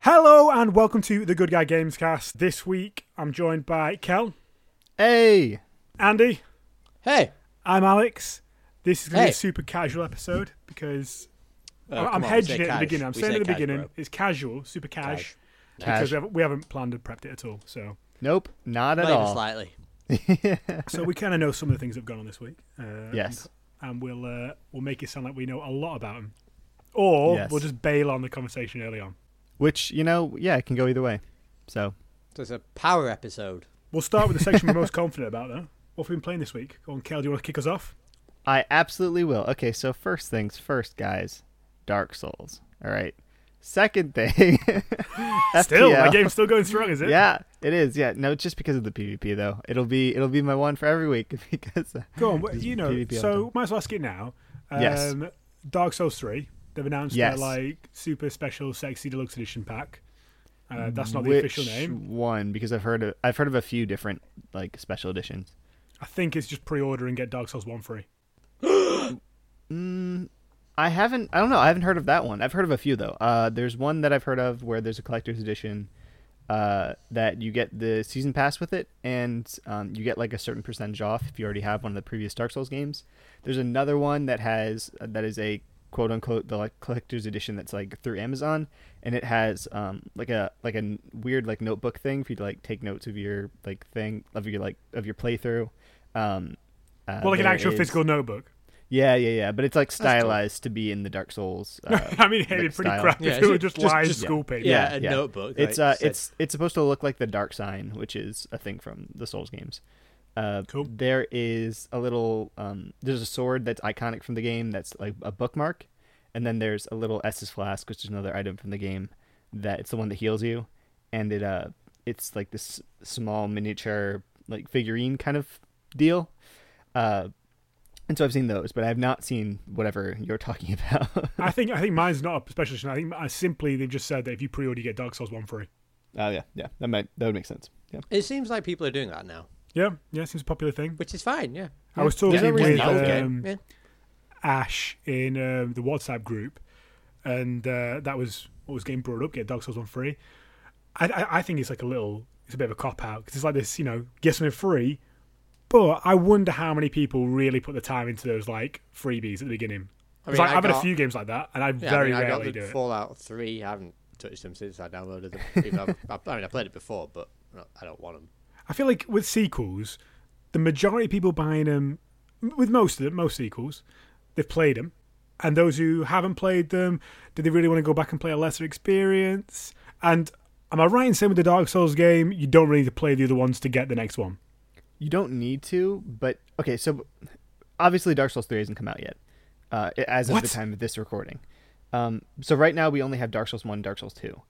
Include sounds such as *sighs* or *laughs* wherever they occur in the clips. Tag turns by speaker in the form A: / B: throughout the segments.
A: Hello and welcome to the Good Guy Games Cast. This week I'm joined by Kel,
B: Hey.
A: Andy,
C: Hey.
A: I'm Alex. This is going to be
C: Hey.
A: a super casual episode because
C: Oh,
A: I'm-
C: come
A: I'm
C: on,
A: hedging
C: say
A: it at
C: cash.
A: the beginning. I'm
C: We
A: saying
C: say
A: at the
C: cash,
A: beginning
C: bro.
A: it's casual, super cash, because
B: Cash.
A: we haven't, we haven't planned and prepped it at all. So,
B: Nope, not at
C: Not even
B: all.
C: slightly.
A: so we kind of know some of the things that have gone on this week. Uh,
B: Yes.
A: and we'll uh, we'll make it sound like we know a lot about them, or
B: Yes.
A: we'll just bail on the conversation early on.
B: Which, you know, yeah, it can go either way. So,
C: So it's a power episode.
A: We'll start with the section we're most confident about, though. What have we been playing this week? Go on, Kel. Do you want to kick us off?
B: I absolutely will. Okay, so first things first, guys Dark Souls. All right. Second thing. *laughs*
A: Still,
B: FTL.
A: my game's still going strong, is it?
B: Yeah, it is. Yeah, no, just because of the PvP though. It'll be it'll be my one for every week *laughs* because uh,
A: Go on, well,
B: Just
A: you know.
B: PvP all the
A: So
B: time.
A: might as well ask it now. Um,
B: Yes.
A: Dark Souls three. They've announced
B: Yes.
A: their like super special, sexy deluxe edition pack. Uh, that's not the
B: which
A: official name.
B: one because I've heard of, I've heard of a few different like special editions.
A: I think it's just pre-order and get Dark Souls one free.
B: I haven't. I don't know. I haven't heard of that one. I've heard of a few though. Uh, there's one that I've heard of where there's a collector's edition uh, that you get the season pass with it, and um, you get like a certain percentage off if you already have one of the previous Dark Souls games. There's another one that has uh, that is a quote unquote the like collector's edition that's like through Amazon, and it has um, like a like a n- weird like notebook thing for you to like take notes of your like thing of your like of your playthrough. Um, uh,
A: well, like an
B: there
A: actual
B: is-
A: physical notebook.
B: yeah, yeah, yeah. But it's like
C: cool.
B: stylized to be in the Dark Souls. Uh,
A: *laughs* I mean, it'd be
B: like,
A: pretty
B: style.
A: crap
C: Yeah,
A: if it
C: it's
A: were just,
C: just-
A: live
C: just-
A: school pages.
C: Yeah. a notebook,
B: It's uh,
C: like, said-
B: it's it's supposed to look like the Dark Sign, which is a thing from the Souls games. Uh,
A: Cool.
B: There is a little. Um, there's a sword that's iconic from the game. That's like a bookmark, and then there's a little S's flask, which is another item from the game. That it's the one that heals you, and it uh, it's like this small miniature like figurine kind of deal. Uh, and so I've seen those, but I have not seen whatever you're *laughs* talking about.
A: I think I think mine's not a special edition. I think I simply they've just said that if you pre-order, you get Dark Souls one free.
B: Oh yeah, yeah. That might that would make sense. Yeah.
C: It seems like people are doing that now,
A: Yeah, yeah, seems a popular thing.
C: which is fine. Yeah.
A: I was talking
B: There's no reason
A: with
B: not to.
A: um,
C: yeah.
A: Ash in um, the WhatsApp group, and uh, that was what was getting brought up. Get Dark Souls one free. I, I, I think it's like a little, it's a bit of a cop out because it's like this, you know, get something free. But I wonder how many people really put the time into those like freebies at the beginning.
C: I
A: It's
C: mean,
A: like,
C: I
A: I've had a
C: got-
A: few games like that, and I
C: Yeah,
A: very
C: I mean, I
A: rarely
C: got
A: do
C: the
A: it.
C: Fallout Three. I haven't touched them since
A: *laughs*
C: I downloaded them. Even though I've, I mean, I played it before, but I'm not- I don't want them.
A: I feel like with sequels, the majority of people buying them, with most of them, most sequels, they've played them. And those who haven't played them, do they really want to go back and play a lesser experience? And am I right in saying with the Dark Souls game, you don't really need to play the other ones to get the next one?
B: You don't need to, but okay. So obviously, Dark Souls three hasn't come out yet, uh, as of
A: What?
B: the time of this recording. Um, so right now, we only have Dark Souls one, Dark Souls two,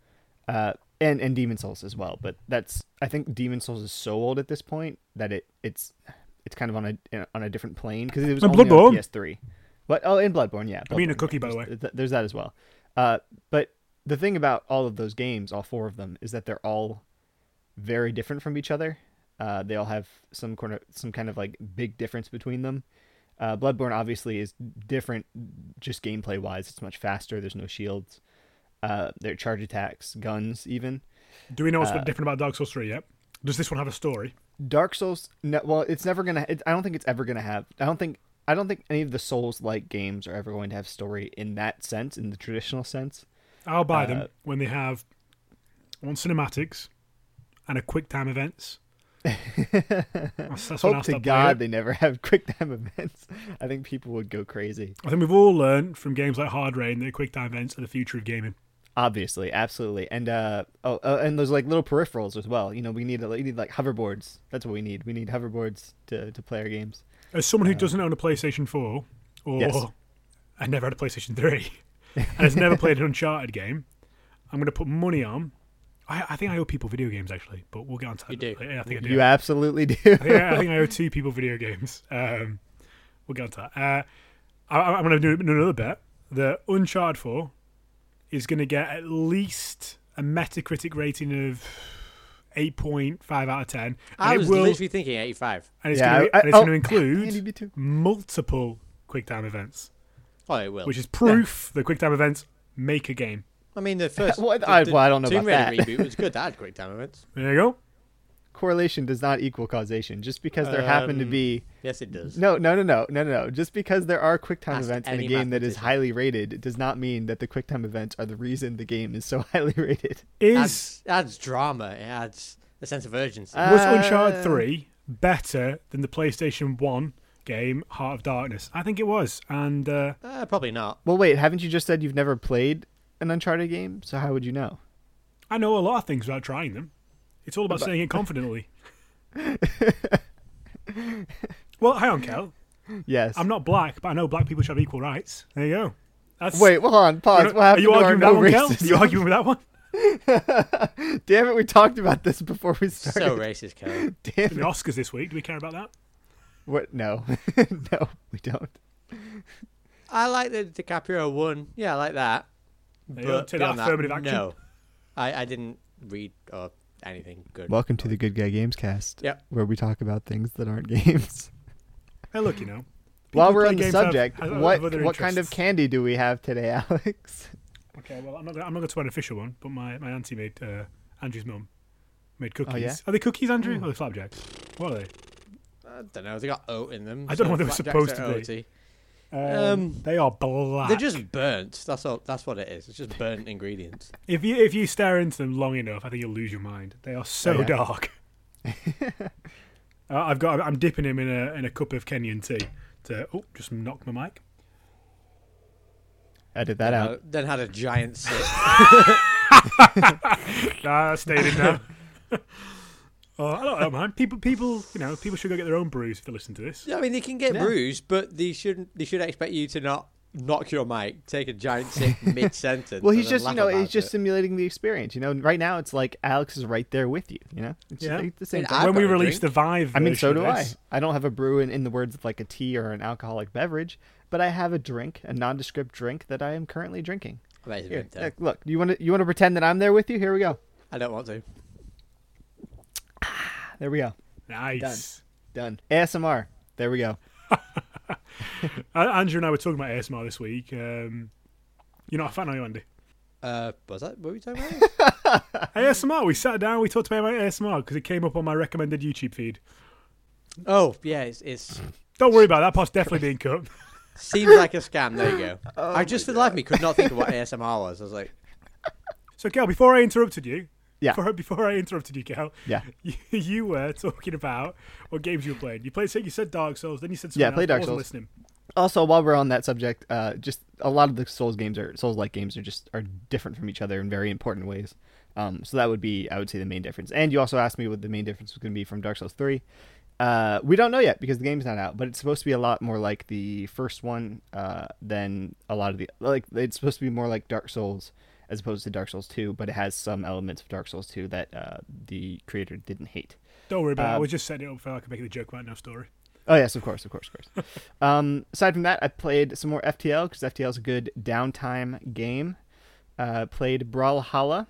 B: uh, and and Demon Souls as well. But that's I think Demon Souls is so old at this point that it it's it's kind of on a on a different plane because it was
A: And
B: only
A: Bloodborne.
B: on PS three. What? Oh, in Bloodborne, yeah.
A: I'm eating a
B: Bloodborne,
A: cookie,
B: yeah.
A: by the
B: There's-
A: way.
B: th- There's that as well. Uh, but the thing about all of those games, all four of them, is that they're all very different from each other. Uh, they all have some kind of some kind of like big difference between them. Uh, Bloodborne obviously is different, just gameplay wise. It's much faster. There's no shields. Uh, their charge attacks, guns, even.
A: Do we know what's
B: Uh,
A: different about Dark Souls 3 yet? Does this one have a story?
B: Dark Souls. No, well, it's never gonna. It, I don't think it's ever gonna have. I don't think. I don't think any of the Souls-like games are ever going to have story in that sense, in the traditional sense.
A: I'll buy
B: Uh,
A: them when they have one cinematics and a quick time
B: *laughs*
A: events. that's, that's when I'll
B: Hope to
A: start playing it.
B: God they never *laughs* have quick time events. I think people would go crazy.
A: I think we've all learned from games like Hard Rain that quick time events are the future of gaming.
B: Obviously, absolutely, and uh, oh, uh, and those like little peripherals as well. You know, we need we need like hoverboards. That's what we need. We need hoverboards to to play our games.
A: As someone who doesn't own a PlayStation 4, or
B: Yes.
A: I never had a PlayStation 3, *laughs* and has never played an Uncharted game, I'm going to put money on. I, I think I owe people video games actually, but we'll get on to that.
C: You do.
A: Yeah, I think I do.
B: You absolutely do.
A: yeah, I think I owe two people video games. Um, we'll get on to that. Uh, I, I'm going to do another bet. The Uncharted 4 is going to get at least a Metacritic rating of 8.5 out of 10. And
C: I
A: it
C: was
A: will-
C: literally thinking 85.
A: and it's
B: Yeah,
A: going
B: I-
A: to
B: oh, Andy, *laughs*
A: include
B: me too.
A: multiple QuickTime events,
C: Oh, it will.
A: which is proof that QuickTime events make a game.
C: I mean, the *laughs* first.
B: Well,
C: the,
B: I- well, I don't know
C: Tomb
B: about
C: Raider
B: that.
C: reboot was *laughs* good. That had quick time events.
A: There you go.
B: Correlation does not equal causation. Just because there happen to
C: Um,
B: be
C: Yes, it does.
B: no, no, no, no, no, no, no. Just because there are QuickTime
C: Ask
B: events in a
C: any
B: game that is
C: mathematician.
B: highly rated, it does not mean that the QuickTime events are the reason the game is so *laughs* highly rated.
A: Is
C: adds, adds drama. It adds a sense of urgency.
B: Uh,
A: was Uncharted
B: Uh,
A: Three better than the PlayStation One game Heart of Darkness? I think it was, and uh,
C: Uh, probably not.
A: *laughs*
B: Well, wait, haven't you just said you've never played an Uncharted game? So how would you know?
A: I know a lot of things without trying them. It's all about saying
B: *laughs*
A: it confidently. well, hang on, Kel.
B: Yes.
A: Hmm. I'm not black, but I know black people should have equal rights. There you go. That's,
B: Wait, well, hold on,
A: you know-
B: pause. what happened
A: are you
B: to
A: arguing
B: our
A: with
B: no
A: that one, Kel?
B: *laughs* racism?
A: Are you arguing with that one?
B: *laughs* Damn it, we talked about this before we started.
A: *laughs*
C: So racist, Kelly.
A: The
B: Damn it.
A: Oscars this week. Do we care about that?
B: What? No, *laughs* no, we don't.
C: I like that DiCaprio won. Yeah, I like that.
A: you go.
C: But
A: Take that
C: beyond
A: affirmative action.
C: No, I, I didn't read or anything good.
B: Welcome to the Good Guy Games Cast,
C: Yep.
B: where we talk about things that aren't *laughs* games.
A: Hey, look, you know.
B: While
A: people
B: we're
A: play
B: on the
A: games have-
B: subject,
A: have- have
B: what what
A: other
B: kind of
A: interests.
B: candy do we have today, *laughs* Alex?
A: Okay, well, I'm not. gonna- I'm not going to an official one, but my, my auntie made uh, Andrew's mum made cookies.
B: Oh, yeah? Hmm.
A: Are they cookies, Andrew? Or they flapjacks? What are they?
C: I don't know. They got oat in them.
A: I don't know what they were
C: flapjacks
A: supposed
C: are
A: to be.
C: oaty.
A: Um,
C: Um,
A: they are black.
C: They're just burnt. That's all. That's what it is. It's just burnt ingredients.
A: if you if you stare into them long enough, I think you'll lose your mind. They are so
B: Oh, yeah.
A: dark.
B: *laughs*
A: uh, I've got. I'm dipping him in a in a cup of Kenyan tea. To oh, just knock my mic.
B: Edit *laughs* that
C: Uh,
B: out.
C: then had a giant sip.
B: *laughs*
A: Nah, that Ah, stayed in
B: *laughs*
A: now. Oh, I don't know, man. People, people, you know, people should go get their own brews if they listen to this.
C: I mean, they can get
B: Yeah.
C: bruised, but they shouldn't. They should expect you to not knock your mic, take a giant sip
B: *laughs*
C: mid sentence.
B: Well, he's just you know he's just simulating the experience. You know, right now it's like Alex is right there with you. You know, it's
A: Yeah.
B: just like the same
C: And
B: thing.
C: I've
A: when we
C: got a
A: release the Vive,
B: I mean,
A: version
B: so
A: of
B: do I.
A: this-
B: I don't have a brew in, in the words of like a tea or an alcoholic beverage, but I have a drink, a nondescript drink that I am currently drinking.
C: Amazing.
B: Here,
C: Vinto.
B: look, look, you want to you want to pretend that I'm there with you? Here we go.
C: I don't want to.
B: There we go.
A: Nice.
B: Done. ASMR. There we go.
A: Uh, Andrew and I were talking about ASMR this week. Um, you're not a fan, are you,
B: *laughs*
A: Andy?
C: Uh, was that what were we talking about?
A: ASMR. We sat down. We talked about ASMR because it came up on my recommended YouTube feed.
C: oh, yeah. It's, it's
A: Don't worry about that. Part's definitely being
B: *laughs*
A: cut.
C: seems like a scam. There you go. I just for the life of me could not think of what ASMR was. I was like,
A: So, Cal, before I interrupted you,
B: Yeah.
A: Before, before I interrupted you, Cal,
B: Yeah.
A: *laughs* you, you were talking about what games you were playing. You played. You said Dark Souls. Then you said something
B: Yeah, I
A: else,
B: played
A: but I
B: Dark
A: wasn't
B: Souls.
A: Listening.
B: Also, while we're on that subject, uh, just a lot of the Souls games are Souls like games are just are different from each other in very important ways. Um, so that would be I would say the main difference. And you also asked me what the main difference was going to be from Dark Souls three. Uh, we don't know yet because the game's not out, but it's supposed to be a lot more like the first one uh, than a lot of the like. It's supposed to be more like Dark Souls as opposed to Dark Souls two, but it has some elements of Dark Souls two that uh, the creator didn't hate.
A: Don't worry about it. I
B: Um,
A: was just setting it up for I could make the joke about no story.
B: Oh yes, of course, of course, of
A: *laughs*
B: course. um, aside from that, I played some more FTL because FTL is a good downtime game. Uh, played Brawlhalla.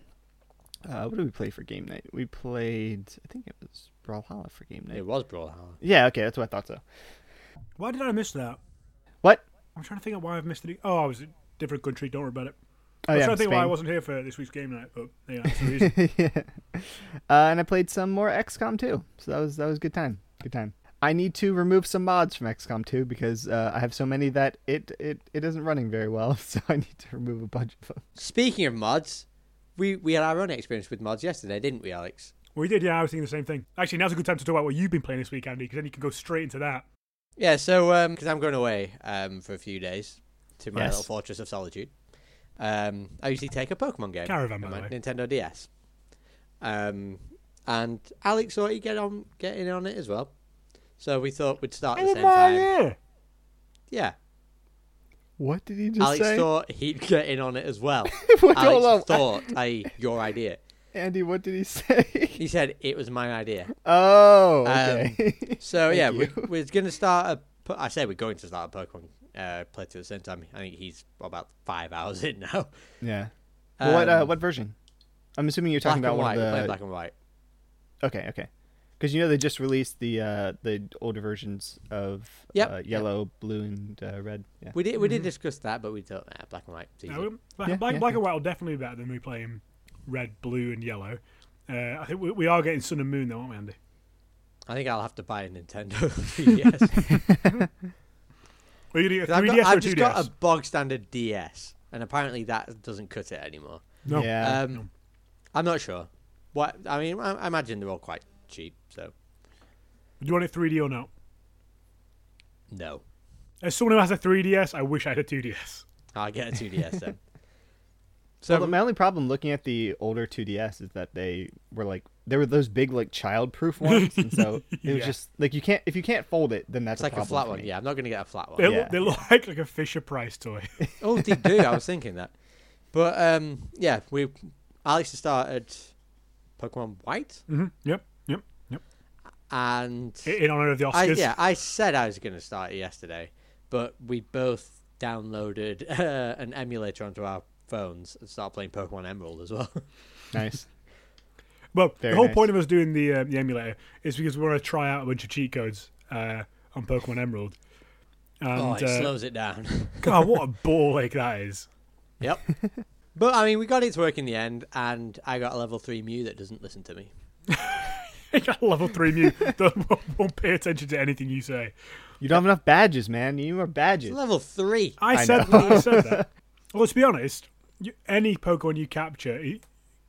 B: Uh, what did we play for game night? We played, I think it was Brawlhalla for game night.
C: it was Brawlhalla.
B: Yeah, okay, that's what I thought so.
A: Why did I miss that?
B: What?
A: I'm trying to think of why I've missed it. Oh, I was in a different country. Don't worry about it.
B: Oh
A: I'm
B: yeah,
A: trying to think why I
B: Spain.
A: wasn't here for this week's game night, but yeah, that's the reason.
B: *laughs* yeah. Uh, and I played some more XCOM 2. So that was that was a good time. Good time. I need to remove some mods from XCOM 2 because uh, I have so many that it, it it isn't running very well. *laughs* So I need to remove a bunch of them.
C: Speaking of mods, we we had our own experience with mods yesterday, didn't we, Alex?
A: We did, yeah. I was thinking the same thing. Actually, now's a good time to talk about what you've been playing this week, Andy, because then you can go straight into that.
C: Yeah, so because I'm going away um, for a few days to my
B: Yes.
C: little fortress of solitude, um, I usually take a Pokemon game,
A: Caravan, by
C: on my
A: the way.
C: Nintendo DS. Um, and Alex thought he'd get on, get in on it as well. So we thought we'd start at the same time. Yeah,
B: What did he just
C: Alex
B: say?
C: thought he'd get in on it as well.
B: *laughs* Wait, hold on.
C: Alex thought, I your idea.
B: Andy, what did he say? *laughs*
C: He said it was my idea.
B: Oh,
C: Um,
B: okay. *laughs*
C: So
B: Thank
C: yeah, we,
B: you.
C: we're going to start a. po- I say we're going to start a Pokemon uh, playthrough at the same time. I think he's about five hours *laughs* in now.
B: yeah. Well, what
C: Um,
B: uh, what version? I'm assuming you're talking
C: black
B: about
C: and
B: one
C: white. we're
B: of
C: playing
B: the.
C: black and white.
B: Okay, okay. because you know they just released the uh, the older versions of
C: Yep.
B: uh, yellow, blue, and uh, red. Yeah.
C: We did we did discuss that, but we don't uh, black and white. it's easy.
A: No, black, black,
B: Yeah, yeah,
A: black
B: yeah.
A: and white will definitely be better than replaying red, blue, and yellow. Uh, I think we, we are getting Sun and Moon though, aren't we, Andy?
C: I think I'll have to buy
B: *laughs*
C: a Nintendo *laughs* 3DS.
A: Or you do a
C: 'Cause I've,
A: 3DS
C: got, I've
A: or
C: just
A: 2DS?
C: got a bog standard DS, and apparently that doesn't cut it anymore.
A: No.
B: Yeah.
C: um, I'm not sure. What I mean, I, I imagine they're all quite cheap, so
A: Do you want it 3D or not?
C: no,
A: As someone who has a 3DS, I wish I had a 2DS.
C: I'll get a 2DS then. So
B: So my only problem looking at the older 2DS is that they were like there were those big like
C: *laughs*
B: child-proof ones, and so it was
A: Yeah.
B: just like you can't if you can't fold it, then that's
C: it's like a
B: problem
C: flat
B: for
C: one.
B: me.
C: Yeah, I'm not going to get a flat one.
A: They,
B: Oh, Yeah.
A: they look like, like a Fisher Price toy. *laughs*
C: oh, they do. I was thinking that, but um, yeah, we Alex has started Pokemon White,
A: hmm Yep. Yep. Yep.
C: and
A: In, in honor of the Oscars.
C: I, yeah, I said I was going to start it yesterday, but we both downloaded *laughs* uh, an emulator onto our phones and started playing Pokemon Emerald as well. *laughs*
B: Nice.
A: Well,
B: Very
A: the whole
B: nice.
A: point of us doing the uh, the emulator is because we want to try out a bunch of cheat codes uh, on Pokemon Emerald. And,
C: oh, it
A: uh,
C: slows it
A: *laughs*
C: down.
A: God, what a ball ache that is. *laughs*
C: yep. But I mean, we got it to work in the end, and I got a level three Mew that doesn't listen to me.
A: Level 3 *laughs* Mew that won't- won't pay attention to anything you say.
B: You don't have enough badges, man. You need more badges.
C: It's level three.
A: I,
B: I
A: said
B: know.
A: I said
B: *laughs*
A: that. Well, to be honest, you, any Pokemon you capture it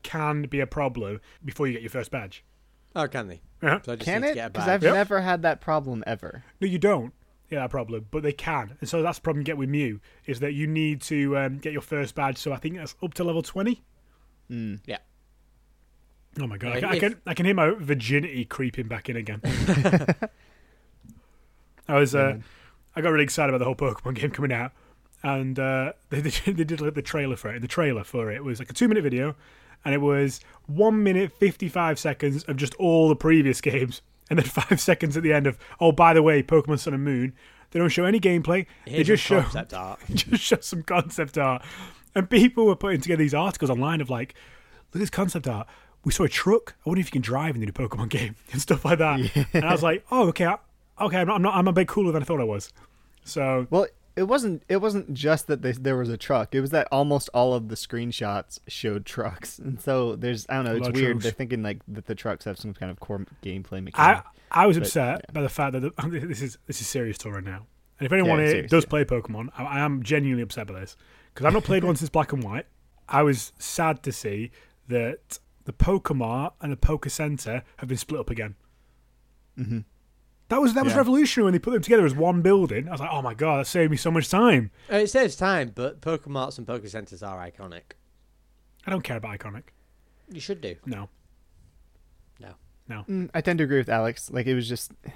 A: can be a problem before you get your first badge. *laughs*
C: Oh, can they?
A: Yeah.
C: So I just
B: Can
C: need to
B: it?
C: get a
B: Because
C: badge.
B: I've
A: Yep.
B: never had that problem ever.
A: No, you don't get that problem, but they can. And so that's the problem you get with Mew, is that you need to um, get your first badge. So I think that's up to level 20.
C: Yeah.
A: Oh my god! I
C: Like,
A: can, I
C: if-
A: can I can hear my virginity creeping back in
C: *laughs*
A: again. I was uh, I got really excited about the whole Pokemon game coming out, and uh, they *laughs* they, did- they did like the trailer for it. The trailer for it was like a two minute video, and it was one minute fifty five seconds of just all the previous *laughs* games, and then five *laughs* seconds at the end of oh by the way Pokemon Sun and Moon. They don't show any gameplay. they
C: Here's
A: just
C: your
A: show
C: concept art.
A: *laughs* just show some concept art. And people were putting together these articles online of like, look at this concept art. We saw a truck. I wonder if you can drive in the new Pokemon *laughs* game and stuff like that. And I was like, oh, okay, I, okay, I'm not, I'm not, I'm a bit cooler than I thought I was. So
B: Well, it wasn't. It wasn't just that they, there was a truck. It was that almost all of the screenshots showed trucks, and so there's. I don't know.
A: lot
B: It's
A: of
B: weird.
A: trucks.
B: They're thinking like that the trucks have some kind of core gameplay mechanic.
A: I, I was upset by the fact that the, *laughs* this is this is serious talk right now. And if anyone
B: Yeah,
A: here
B: serious,
A: does
B: yeah.
A: play Pokemon, I, I am genuinely upset by this because I've not played one since Black and White. I was sad to see that the Pokemon and the Poker Center have been split up again. Mm-hmm. That was that was
B: Yeah.
A: revolutionary when they put them together as one building. I was like, oh my god, that saved me so much time.
C: Uh, It saves time, but Pokemarts and Poke Centers are iconic.
A: I don't care about iconic.
C: You should do.
A: No,
C: No.
A: no.
B: Mm, I tend to agree with Alex. Like it was just. It,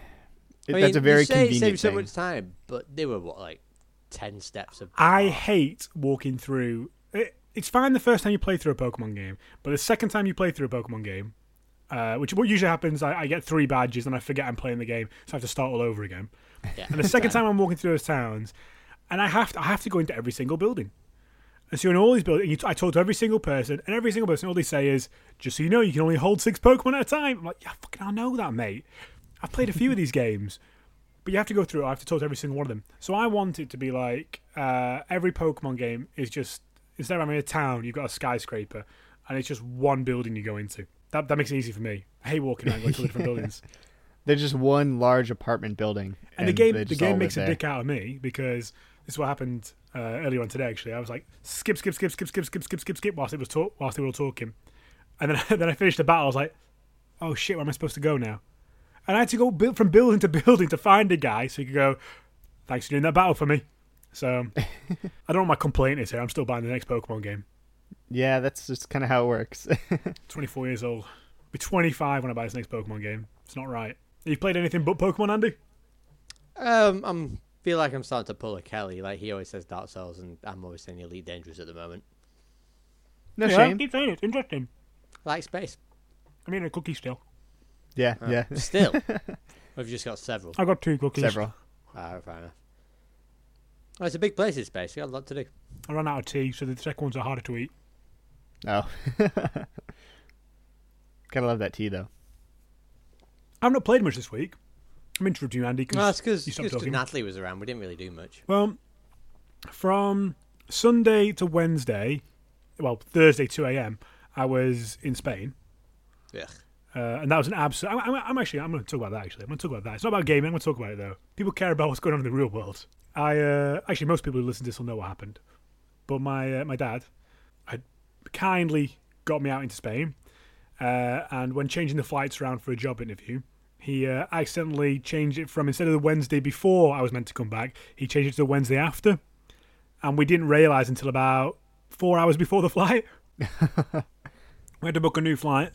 C: I mean,
B: that's a very
C: you say
B: convenient
C: it saves
B: thing.
C: so much time, but they were what like ten steps of.
A: I hate walking through. It, it's fine the first time you play through a Pokemon game, but the second time you play through a Pokemon game, uh, which what usually happens, I, I get three badges and I forget I'm playing the game, so I have to start all over again.
C: Yeah.
A: And the second time I'm walking through those towns, and I have to, I have to go into every single building. And so in all these buildings, you t- I talk to every single person, and every single person, all they say is, "Just so you know, you can only hold six Pokemon at a time." I'm like, "Yeah, fucking, I know that, mate. I've played a few of these games." But you have to go through. it. I have to talk to every single one of them. So I want it to be like uh, every Pokemon game is just instead of having a town, you've got a skyscraper, and it's just one building you go into. That that makes it easy for me. I hate walking around going to all the different buildings.
B: There's just one large apartment building,
A: And, the game
B: they
A: the
B: just all
A: game
B: live
A: makes a
B: there.
A: dick out of me because this is what happened uh, earlier on today. Actually, I was like skip skip skip skip skip skip skip skip skip whilst it was talk whilst they were all talking, and then *laughs* then I finished the battle. I was like, oh shit, where am I supposed to go now? And I had to go build, from building to *laughs* building to find a guy so he could go. Thanks for doing that battle for me. So
B: *laughs*
A: I don't know what my complaint is here. I'm still buying the next Pokemon game.
B: Yeah, that's just kind of how it works. *laughs*
A: 24 years old. Be 25 when I buy this next Pokemon game. It's not right. You've played anything but Pokemon, Andy?
C: Um, I'm feel like I'm starting to pull a Kelly. Like he always says Dark Souls, and I'm always saying Elite Dangerous at the moment.
B: no shame.
A: Keep saying it. It's interesting.
C: I like space
A: I'm eating a cookie still.
B: Yeah, yeah.
C: still. I've just got several.
A: I got two cookies.
B: Several.
C: Ah, fair enough. Oh, it's a big place. It's space. You got a lot to do.
A: I ran out of tea, so the second ones are harder to eat.
B: *laughs* Oh. Gotta love that tea though.
A: I've not played much this week. I'm interrupting you, Andy.
C: No, that's
A: you
C: because
A: stopped talking.
C: Natalie was around. We didn't really do much.
A: Well, from Sunday to Wednesday, well, Thursday, 2 a.m., I was in Spain.
C: Ugh.
A: Uh, and that was an absolute. I'm, I'm, I'm actually. I'm going to talk about that. Actually, I'm going to talk about that. It's not about gaming. I'm going to talk about it though. People care about what's going on in the real world. I uh, actually, most people who listen to this will know what happened. But my uh, my dad, I kindly got me out into Spain, uh, and when changing the flights around for a job interview, he uh, accidentally changed it from instead of the Wednesday before I was meant to come back, he changed it to the Wednesday after, and we didn't realise until about four hours before the
C: *laughs*
A: flight. we had to book a new flight.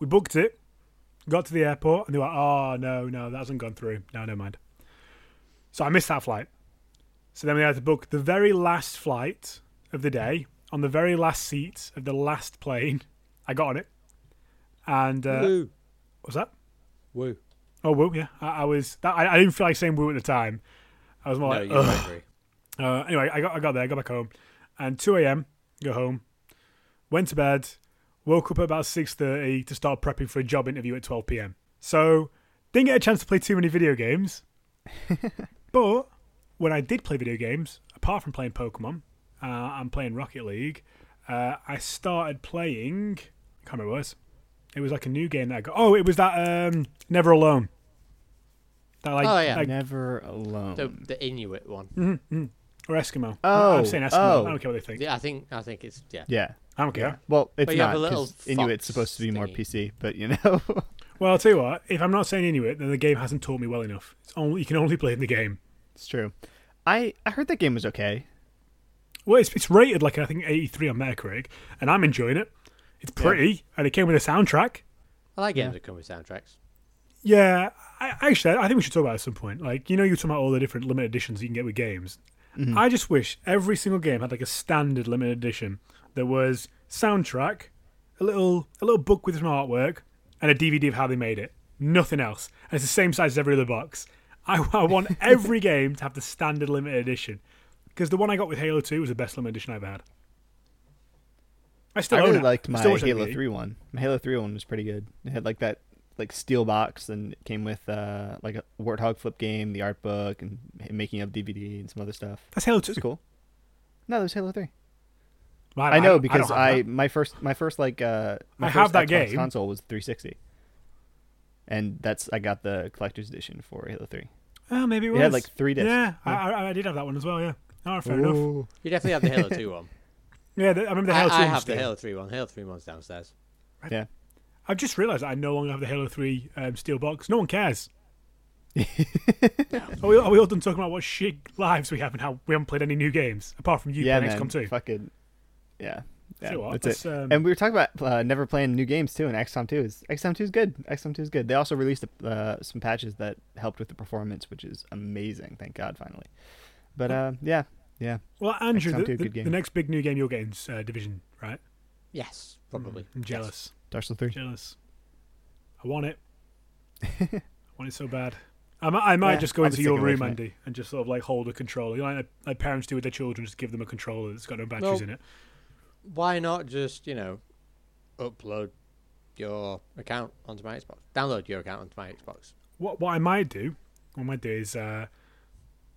A: We booked it, got to the airport, and they were like, oh, no, no, that hasn't gone through. No, never mind. So I missed that flight. So then we had to book the very last flight of the day on the very last seat of the last plane. *laughs* I got on it. And uh, what
C: woo,
A: was that?
C: woo.
A: Oh, well, yeah. I, I was, that, I, I didn't feel like saying woo at the time. I was more
C: No,
A: like, *laughs*
C: you
A: "Ugh."
C: were angry.
A: Uh, anyway, I got I got there, got back home, and 2 a.m. Go home, went to bed, woke up at about 6:30 to start prepping for a job interview at 12 p.m. So didn't get a chance to play too many video games,
C: *laughs*
A: but when I did play video games, apart from playing Pokemon, uh, I'm playing Rocket League. Uh, I started playing. I can't remember what it was. It was like a new game that I got. Oh, it was that um, Never Alone. That like,
C: Oh, yeah.
A: like
B: Never alone.
C: The, the Inuit one.
A: or Eskimo.
B: Oh,
A: I'm saying Eskimo.
B: oh.
A: I don't care what they think.
C: Yeah, I think I think it's yeah.
B: yeah.
A: I don't care.
B: Well, it's
C: But you have
B: not
C: a little
B: 'cause Inuit's
C: fox
B: supposed to be more
C: thingy.
B: PC, but you know. *laughs*
A: Well, I'll tell you what. If I'm not saying Inuit, then the game hasn't taught me well enough. It's only you can only play in the game.
B: It's true. I I heard that game was okay.
A: Well, it's, it's rated like I think 83 on Metacritic, and I'm enjoying it. It's pretty, and it came with a soundtrack.
C: I like games that come with soundtracks.
A: Yeah, I, actually, I think we should talk about it at some point. Like you know, you're talking about all the different limited editions you can get with games.
B: Mm-hmm.
A: I just wish every single game had like a standard limited edition that was soundtrack, a little a little book with some artwork, and a DVD of how they made it. Nothing else, and it's the same size as every other box. I, *laughs* I want every game to have the standard limited edition because the one I got with Halo Two was the best limited edition I've had. I still
B: I
A: own
B: really
A: it.
B: liked
A: I
B: my
A: still wish I
B: Halo
A: did.
B: Three one. My Halo Three one was pretty good. It had like that like steel box, and it came with uh like a Warthog flip game, the art book, and making up DVD and some other stuff.
A: That's Halo
B: It
A: Two.
B: was cool. No, that was Halo Three.
A: Man,
B: I, know
A: don't-
B: because
A: don't
B: I,
A: have that.
B: my first my first like uh my
A: I
B: first
A: have that
B: Xbox
A: game.
B: console was 360, and that's I got the collector's edition for Halo Three.
A: Oh, maybe it was.
B: It had, like, three discs.
A: Yeah, I
B: Yeah.
A: I, I did have that one as well. Yeah. Oh, fair enough.
C: You definitely have the
A: *laughs*
C: Halo Two one.
A: Yeah, the, I remember the
C: I,
A: Halo
C: I
A: 3.
C: have
A: still.
C: the Halo Three one. Halo Three one's downstairs.
B: Yeah,
A: I've just realised that I no longer have the Halo 3 um, steel box. No one cares. are, we, are we all done talking about what shit lives we have and how we haven't played any new games apart from you
B: yeah,
A: playing
B: man.
A: XCOM 2?
B: Fucking yeah.
A: Tell
B: Yeah,
A: you what,
B: that's it.
A: let's, um,
B: and we were talking about uh, never playing new games too, and XCOM 2 is XCOM 2 is good. XCOM 2 is good. They also released uh, some patches that helped with the performance, which is amazing. Thank God, finally. But uh, yeah, yeah,
A: Well, Andrew,
B: XCOM
A: the,
B: 2,
A: the,
B: good game.
A: the next big new game you're getting is uh, Division, right?
C: Yes,
A: Mm.
C: probably.
A: I'm jealous.
B: Dark Souls 3.
A: Jealous. I want it. I want it so bad. I might, I might
B: Yeah,
A: just go
B: I'll
A: into
B: be
A: your
B: sticking away
A: room,
B: from it.
A: Andy, and just sort of like hold a controller. You know, like, like parents do with their children, just give them a controller that's got no batteries
C: Well,
A: in it.
C: Why not just you know upload your account onto my Xbox? Download your account onto my Xbox.
A: What what I might do, what I might do is, uh,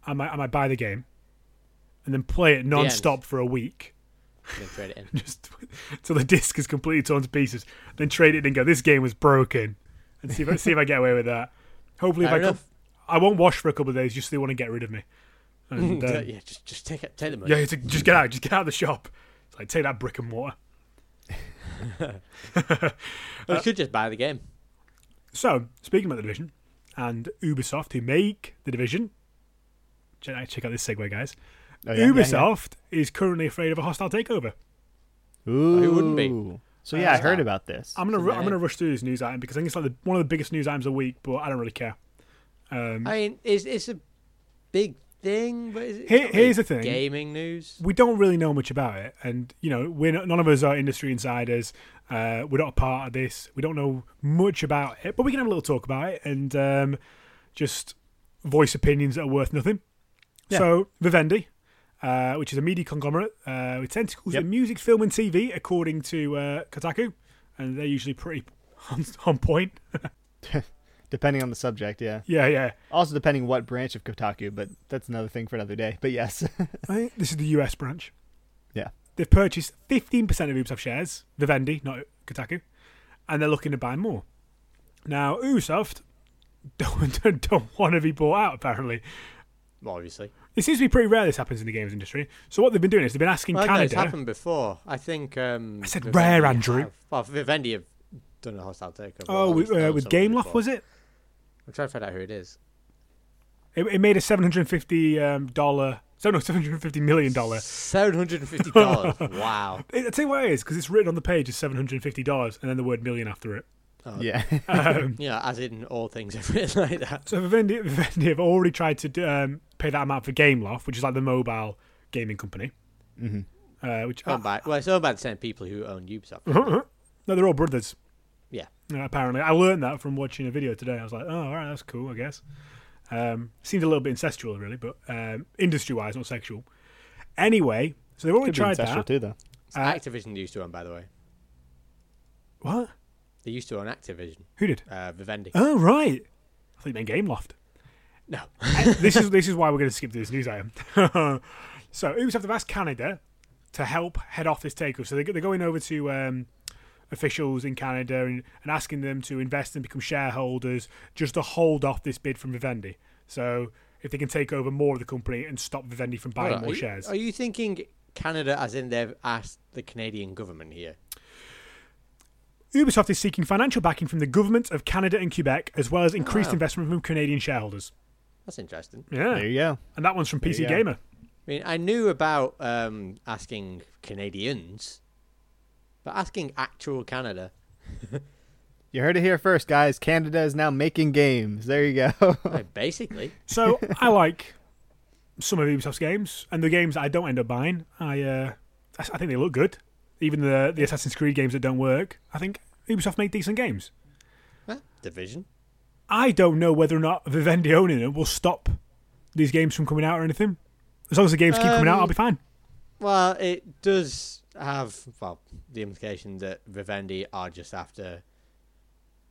A: I might I might buy the game, and then play it non-stop for a week, *laughs*
C: And then trade it in.
A: just till the disc is completely torn to pieces. Then trade it and go, this game was broken, and see if I, see if I get away with that. Hopefully, if
C: Fair
A: I come,
C: enough.
A: I won't wash for a couple of days. Just they want to get rid of me. *laughs*
C: *laughs*
A: And, um,
C: yeah, just just take it, take the money.
A: yeah, it's like, just get out, just get out of the shop. It's like take that brick and mortar.
C: Or
A: uh,
C: you could just buy the game.
A: So, speaking about the division and Ubisoft, who make the division, check check out this segue, guys.
B: Oh, yeah, yeah, yeah.
A: Ubisoft is currently afraid of a hostile takeover.
B: Ooh.
C: Who wouldn't be?
B: So yeah, I
C: Uh,
B: heard about this.
A: I'm gonna
C: Isn't
A: ru-
C: that
A: I'm gonna
C: it?
A: rush through this news item because I think it's like the, one of the biggest news items a week, but I don't really care. Um,
C: I mean, it's it's a big thing, but is it,
A: Here-
C: it's not
A: here's
C: really
A: the thing.
C: gaming news.
A: we don't really know much about it, and you know, we're not, none of us are industry insiders. Uh, we're not a part of this. We don't know much about it, but we can have a little talk about it and um, just voice opinions that are worth nothing.
B: Yeah.
A: So, Vivendi, uh, which is a media conglomerate uh, with tentacles
B: Yep.
A: in music, film, and TV, *laughs* according to uh, Kotaku, and they're usually pretty on, on point.
B: Depending on the subject, yeah.
A: Yeah, yeah.
B: Also depending what branch of Kotaku, but that's another thing for another day. But yes. *laughs*
A: I think this is the US branch.
B: yeah.
A: They've purchased 15% of Ubisoft shares, Vivendi, not Kotaku, and they're looking to buy more. Now, Ubisoft *laughs* don't, don't, don't want to be bought out, apparently.
C: Well, obviously.
A: It seems to be pretty rare this happens in the games industry. So what they've been doing is they've been asking
C: Well, I know it's
A: Canada.
C: happened before. I think. Um,
A: I said
C: Vivendi
A: rare,
C: have-
A: Andrew.
C: well, Vivendi have done a hostile takeover.
A: Oh,
C: or
A: with,
C: at least
A: uh,
C: known
A: with
C: someone
A: Gameloft,
C: before.
A: was it?
C: I'm trying to find out who it is.
A: It, it made a seven hundred and fifty um, dollar. So no, *laughs* seven hundred and fifty million dollar.
C: Seven hundred and
A: *laughs*
C: fifty dollars. wow.
A: I tell you what it is because it's written on the page as seven hundred and fifty dollars, and then the word million after it.
C: Oh,
B: Yeah. *laughs*
A: Um,
C: You know, as in all things *laughs* everything like that.
A: so Vivendi, *laughs* Vivendi have already tried to do- um, pay that amount for Gameloft, which is like the mobile gaming company.
B: Mhm.
A: Uh, which
C: Owned by, well, it's owned by the same people who own Ubisoft.
A: *laughs* no, they're all brothers.
C: Yeah.
A: Uh, apparently, I learned that from watching a video today. I was like, oh, all right, that's cool, I guess. Um, seemed a little bit incestual, really, but um, industry-wise, not sexual. Anyway, so they've already
B: Could be
A: tried
B: ancestral
A: that.
B: too though.
C: It's Activision they used to own, by the way.
A: What?
C: They used to own Activision.
A: Who did?
C: Uh, Vivendi.
A: Oh, right. I think they meant Gameloft.
C: No.
A: this is this is why we're going to skip to this news item. *laughs* so Ubisoft have asked Canada to help head off this takeover. So they, they're going over to um, officials in Canada and, and asking them to invest and become shareholders just to hold off this bid from Vivendi. So if they can take over more of the company and stop Vivendi from *laughs* buying
C: Hold on,
A: more
C: are you-
A: shares.
C: Are you thinking Canada, as in they've asked the Canadian government here?
A: Ubisoft is seeking financial backing from the governments of Canada and Quebec, as well as increased
C: wow.
A: investment from Canadian shareholders.
C: That's interesting.
A: Yeah.
B: There you go.
A: And that one's from
B: There you
A: PC
B: go.
A: Gamer.
C: I mean, I knew about um, asking Canadians, but asking actual *laughs* Canada.
B: You heard it here first, guys. Canada is now making games. There you go. *laughs*
C: Like, basically, *laughs*
A: So I like some of Ubisoft's games, and the games that I don't end up buying, I uh, I I think they look good. Even the the Assassin's Creed games that don't work, I think Ubisoft make decent games.
C: Huh? division.
A: I don't know whether or not Vivendi owning them will stop these games from coming out or anything. As long as the games keep coming out,
C: Um,
A: I'll be fine.
C: Well, it does have well the implication that Vivendi are just after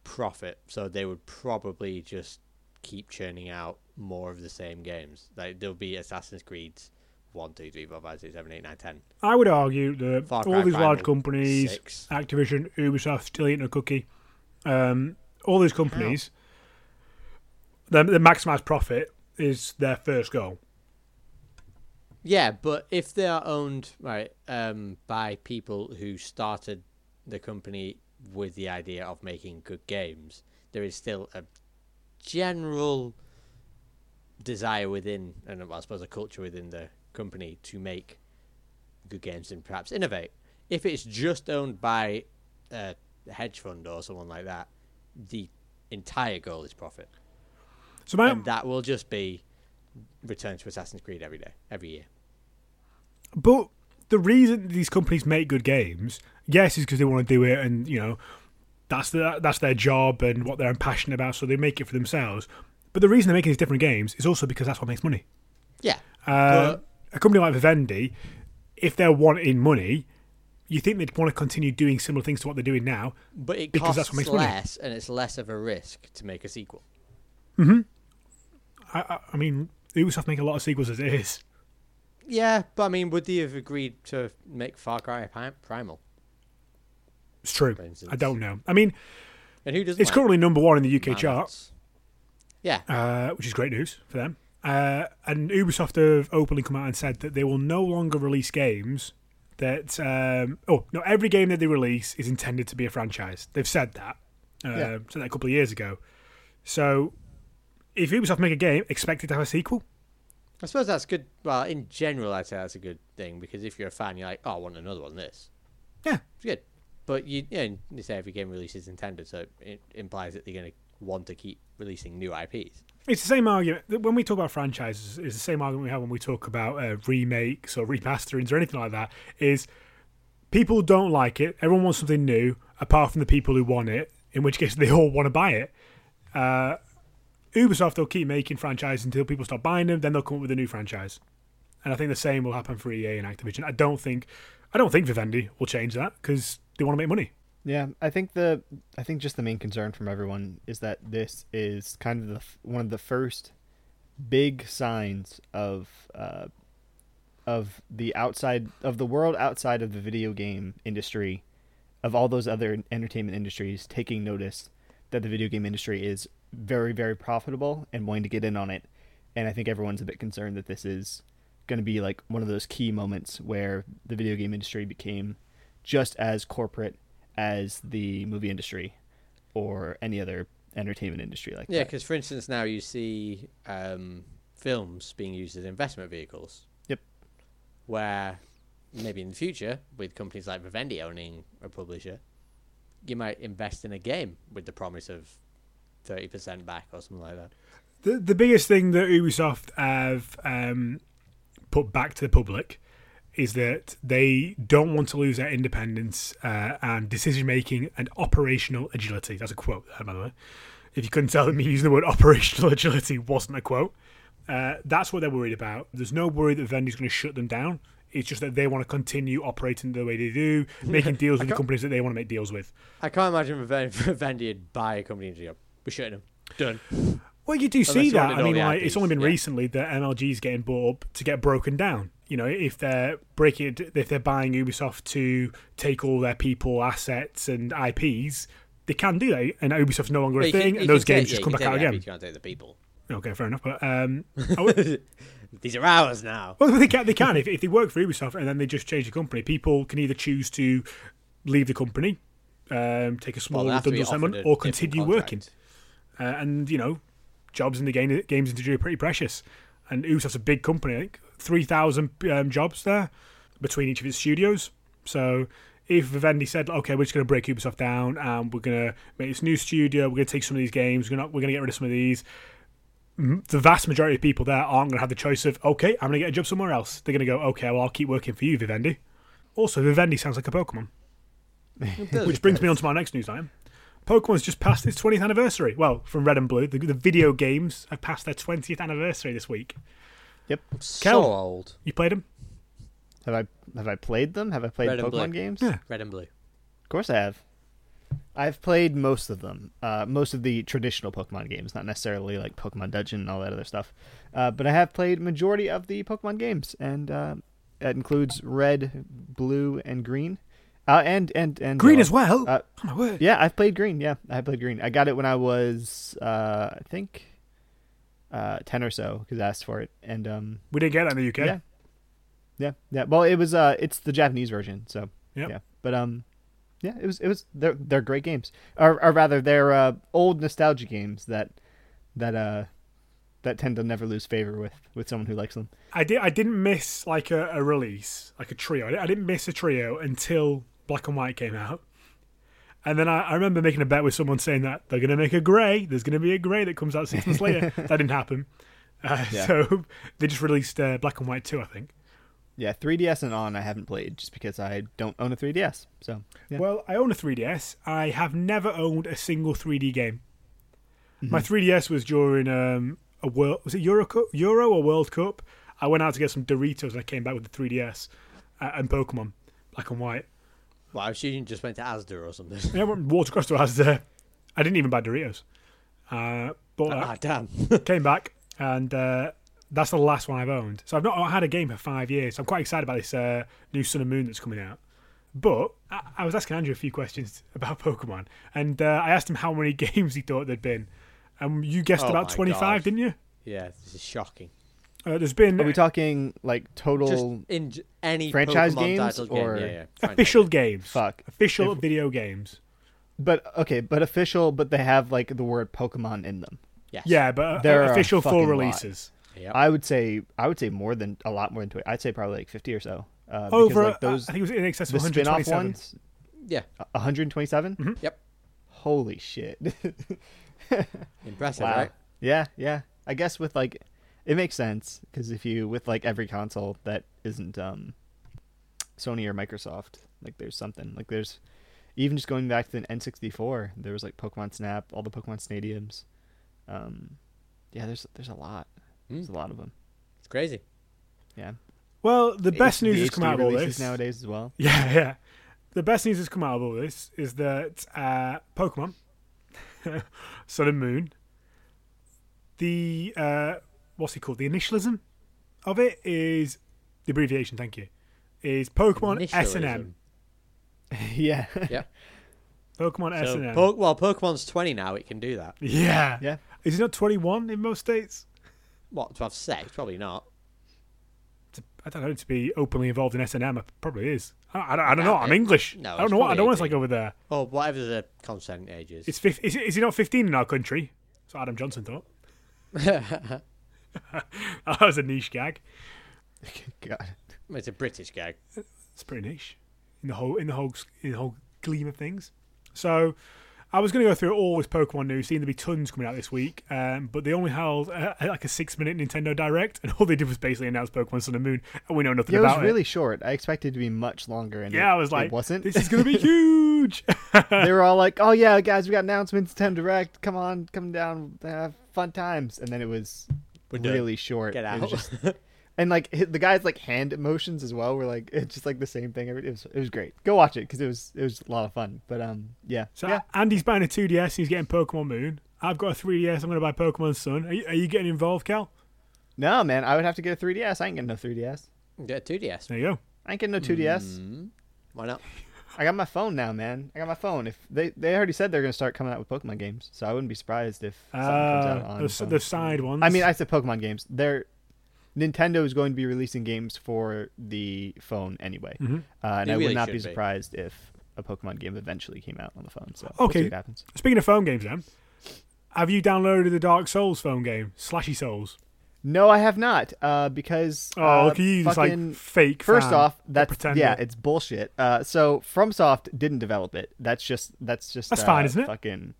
C: profit, so they would probably just keep churning out more of the same games. Like there'll be Assassin's Creed's one, two, three, four, five, six, seven, eight, nine, ten,
A: I would argue that
C: Far
A: all
C: Cry
A: these large
C: Primal,
A: companies,
C: six.
A: Activision, Ubisoft, still eating a cookie, um, all these companies, the, the maximized profit is their first goal.
C: Yeah, but if they are owned right um, by people who started the company with the idea of making good games, there is still a general desire within, and well, I suppose a culture within the company to make good games and perhaps innovate. If it's just owned by a hedge fund or someone like that, the entire goal is profit,
A: So my,
C: and that will just be return to Assassin's Creed every day, every year.
A: But the reason these companies make good games, yes, is because they want to do it, and you know, that's their that's their job and what they're passionate about, so they make it for themselves. But the reason they're making these different games is also because that's what makes money.
C: Yeah.
A: Uh,
C: But-
A: a company like Vivendi, if they're wanting money, you think they'd want to continue doing similar things to what they're doing now.
C: But it
A: Because
C: costs
A: that's what makes money.
C: less, and it's less of a risk to make a sequel.
A: I, I, I mean, Ubisoft make a lot of sequels as it is.
C: Yeah, but I mean, would they have agreed to make Far Cry Pri- Primal?
A: It's true.
C: For instance.
A: I don't know. I mean,
C: And who doesn't?
A: it's
C: like
A: currently number one in the UK
C: mammoths?
A: chart.
C: Yeah,
A: uh, which is great news for them. Uh, and Ubisoft have openly come out and said that they will no longer release games that. Um, oh no, every game that they release is intended to be a franchise. They've said that. Uh,
B: Yeah.
A: Said that a couple of years ago. So, if Ubisoft make a game, expect it to have a sequel.
C: I suppose that's good. Well, in general, I'd say that's a good thing because if you're a fan, you're like, oh, I want another one. of This.
A: Yeah.
C: It's good. But you, yeah, and they say every game release is intended, so it implies that they're going to want to keep releasing new IPs.
A: It's the same argument that when we talk about franchises. It's the same argument we have when we talk about uh, remakes or remasterings or anything like that. Is people don't like it. Everyone wants something new, apart from the people who want it. In which case, *laughs* they all want to buy it. Uh, Ubisoft will keep making franchises until people stop buying them. Then they'll come up with a new franchise. And I think the same will E happen for EA and Activision. I don't think, I don't think Vivendi will change that because they want to make money.
B: Yeah, I think the I think just the main concern from everyone is that this is kind of the f- one of the first big signs of uh, of the outside of the world outside of the video game industry of all those other entertainment industries taking notice that the video game industry is very very profitable and wanting to get in on it and i think everyone's a bit concerned that this is going to be like one of those key moments where the video game industry became just as corporate as the movie industry or any other entertainment industry like
C: Yeah,
B: that
C: because for instance, now you see um, films being used as investment vehicles.
B: Yep.
C: Where maybe in the future, with companies like Vivendi owning a publisher, you might invest in a game with the promise of thirty percent back or something like that.
A: the the biggest thing that Ubisoft have um, put back to the public is that they don't want to lose their independence uh, and decision making and operational agility. That's a quote, uh, by the way. If you couldn't tell that me *laughs* using the word operational agility wasn't a quote, uh, that's what they're worried about. There's no worry that Vivendi's going to shut them down. It's just that they want to continue operating the way they do, making deals with the
C: can't-
A: companies that they want to make deals with.
C: I can't imagine Viven- *laughs* Vivendi would buy a company and just go, "We're shutting them." Done.
A: Well, you do see
C: you
A: that.
C: wanted
A: I
C: all
A: mean,
C: the
A: like, it's only
C: IPs,
A: been
C: yeah.
A: recently that MLG's getting bought up to get broken down. You know, if they're breaking, it- if they're buying Ubisoft to take all their people, assets, and IPs, they can do that, and Ubisoft's no longer
C: But
A: a
C: you can-
A: thing,
C: you
A: and those
C: can take-
A: games
C: yeah,
A: just
C: you
A: come
C: can
A: back out
C: take the IP,
A: again.
C: You can't take the people.
A: Okay, fair enough. But
C: *laughs*
A: um, I would-
C: These are ours now.
A: well, they can. They can if, if they work for Ubisoft and then they just change the company. People can either choose to leave the company, um, take a small
C: Well, they have to be
A: redundant
C: offered
A: assignment,
C: a
A: or
C: different
A: continue
C: contract.
A: working. uh, and you know, jobs in the game games industry are pretty precious. And Ubisoft's a big company, I think three thousand um, jobs there between each of its studios. So if Vivendi said, "Okay, we're just going to break Ubisoft down, and we're going to make this new studio, we're going to take some of these games, we're going to we're going to get rid of some of these," m- the vast majority of people there aren't going to have the choice of, "Okay, I'm going to get a job somewhere else." They're going to go, "Okay, well, I'll keep working for you, Vivendi." Also, Vivendi sounds like a Pokemon. Which brings me on to my next news item. Pokemon's just passed its 20th anniversary. Well, from Red and Blue, the, the video games have passed their 20th anniversary this week.
B: yep
C: so
A: Kel.
C: old.
A: You played them?
B: have i have i played them have i played
C: Red and blue.
B: pokemon games
A: Yeah.
C: Red and blue.
B: Of course, I have. I've played most of them, uh, most of the traditional Pokemon games, not necessarily like Pokemon Dungeon and all that other stuff. Uh, but I have played majority of the Pokemon games, and uh, that includes Red, Blue, and Green, uh, and and and
A: Green
B: Yellow.
A: as well.
B: Uh,
A: oh my word!
B: Yeah, I've played Green. Yeah, I played Green. I got it when I was, uh, I think, uh, ten or so, because I asked for it, and um,
A: We didn't get that in the UK.
B: yeah. Yeah, yeah. Well, it was uh it's the Japanese version, so
A: Yep.
B: yeah. But um yeah, it was it was they're they're great games. Or or rather they're uh old nostalgia games that that uh that tend to never lose favor with with someone who likes them.
A: I did. I didn't miss like a, a release, like a trio. I di- I didn't miss a trio until Black and White came out, and then I, I remember making a bet with someone saying that they're going to make a grey. There's going to be a grey that comes out six months
B: *laughs*
A: later. That didn't happen. Uh, *laughs*
B: Yeah.
A: So they just released uh, Black and White two, I think.
B: Yeah, 3DS and on I haven't played just because I don't own a 3DS. So, yeah.
A: Well, I own a 3DS. I have never owned a single 3D game. My 3DS was during um, a world was it Euro Cup, Euro or World Cup. I went out to get some Doritos and I came back with the 3DS uh, and Pokemon Black and White.
C: Well, I assume you just went to Asda or something.
A: And I went and walked across to Asda. I didn't even buy Doritos, uh, but I
C: *laughs* ah, damn.
A: came back and uh, that's the last one I've owned. So I've not had a game for five years. I'm quite excited about this uh, new Sun and Moon that's coming out. But I, I was asking Andrew a few questions *laughs* about Pokemon, and uh, I asked him how many *laughs* games he thought there'd been, and you guessed
C: Oh
A: about
C: my
A: 25,
C: God.
A: didn't you?
C: yeah, this is shocking.
A: Uh, there's been
B: Are we talking like total
C: Just in j- any
B: franchise
C: Pokemon
B: games
C: title game.
B: or-
C: yeah, yeah. franchise
A: *laughs* official
C: game.
A: games,
B: fuck?
A: official
B: If-
A: video games.
B: But okay, but official, but they have like the word Pokemon in them.
C: Yes.
A: Yeah, but
B: There are
A: uh,
B: a
A: official
B: fucking
A: full
B: lot.
A: releases.
C: Yep.
B: I would say I would say more than a lot more than 20. I'd say probably like 50 or so. Uh, because,
A: Over,
B: like those
A: I think it was in excess of
B: the spin-off
A: 127.
B: ones,
C: yeah.
B: 127.
C: Mm-hmm. Yep.
B: Holy shit! *laughs*
C: Impressive,
B: wow.
C: right?
B: Yeah, yeah. I guess with like, it makes sense because if you with like every console that isn't um, Sony or Microsoft, like there's something like there's even just going back to the N64, there was like Pokemon Snap, all the Pokemon Stadiums. Um, yeah, there's there's a lot.
C: Mm.
B: There's a lot of them.
C: It's crazy.
B: Yeah.
A: Well, the best news
B: HD
A: has come out of all
B: releases
A: this. *laughs*
B: nowadays as well. *laughs*
A: Yeah, yeah. the best news that's come out of all this is that uh, Pokemon *laughs* Sun and Moon, the uh, what's it called? The initialism of it is the abbreviation. Thank you. Is Pokemon S and M?
B: yeah.
C: Yeah.
A: Pokemon S
C: So,
A: and M.
C: po- well, Pokemon's 20 now. It can do that.
A: yeah.
B: Yeah. *laughs*
A: Is it not twenty one in most states?
C: What, to have sex? Probably not.
A: To, I don't know. To be openly involved in S and M probably is. I, I, don't- I don't know.
C: Yeah,
A: I'm
C: it-
A: English.
C: no,
A: I don't
C: it's
A: know what I don't
C: probably
A: know what it's
C: 18.
A: like over there.
C: Or whatever the consent age is.
A: It's fif- is, it, is it not fifteen in our country? So Adam Johnson thought *laughs* that was a niche gag.
B: God.
C: It's a British gag.
A: it's pretty niche in the whole in the whole in the whole gleam of things. So I was going to go through all this Pokemon news, seeing there'd be tons coming out this week, um, but they only held uh, like a six-minute Nintendo Direct, and all they did was basically announce Pokemon Sun and Moon, and we know nothing
B: It was
A: about
B: really short. I expected it to be much longer. And
A: Yeah,
B: it,
A: I was like,
B: it
A: *laughs*
B: wasn't.
A: This is going to be huge.
B: *laughs* they were all like, "Oh yeah, guys, we got announcements. Ten Direct. Come on, come down, have fun times." And then it was
C: We're done.
B: really short.
C: Get
B: It
C: out.
B: was just-
C: *laughs*
B: and like hi- the guys like hand emotions as well. Were like *laughs* it's just like the same thing. every- It was it was great. Go watch it because it was it was a lot of fun. But um yeah
A: so
B: yeah
A: Andy's buying a 2DS, he's getting Pokemon Moon. I've got a 3DS, I'm going to buy Pokemon Sun. Are you, are you getting involved, Cal?
B: no man, I would have to get a 3ds. I ain't getting no 3ds.
C: Get a 2DS.
A: There you go.
B: I ain't getting no 2ds.
C: Mm. Mm-hmm. Why
A: *laughs*
C: not?
B: I got my phone now, man. I got my phone. If they they already said they're gonna start coming out with Pokemon games, so I wouldn't be surprised if something comes out
A: Uh,
B: on
A: the,
B: phone.
A: the side ones.
B: I mean, I said Pokemon games. They're Nintendo is going to be releasing games for the phone
A: Hmm.
B: anyway, uh, and
C: They
B: I
C: really
B: would not
C: should
B: be
C: be.
B: surprised if a Pokemon game eventually came out on the phone. So we'll see
A: Okay.
B: what happens.
A: Speaking of phone games, then, have you downloaded the Dark Souls phone game, Slashy Souls?
B: No, I have not, uh, because
A: Oh,
B: uh,
A: look at you, just like
B: fucking-
A: fake.
B: First
A: fan,
B: off,
A: a
B: that's
A: pretender.
B: yeah, it's bullshit. Uh, so FromSoft didn't develop it. That's just that's just
A: That's
B: uh,
A: fine, isn't it?
B: Fucking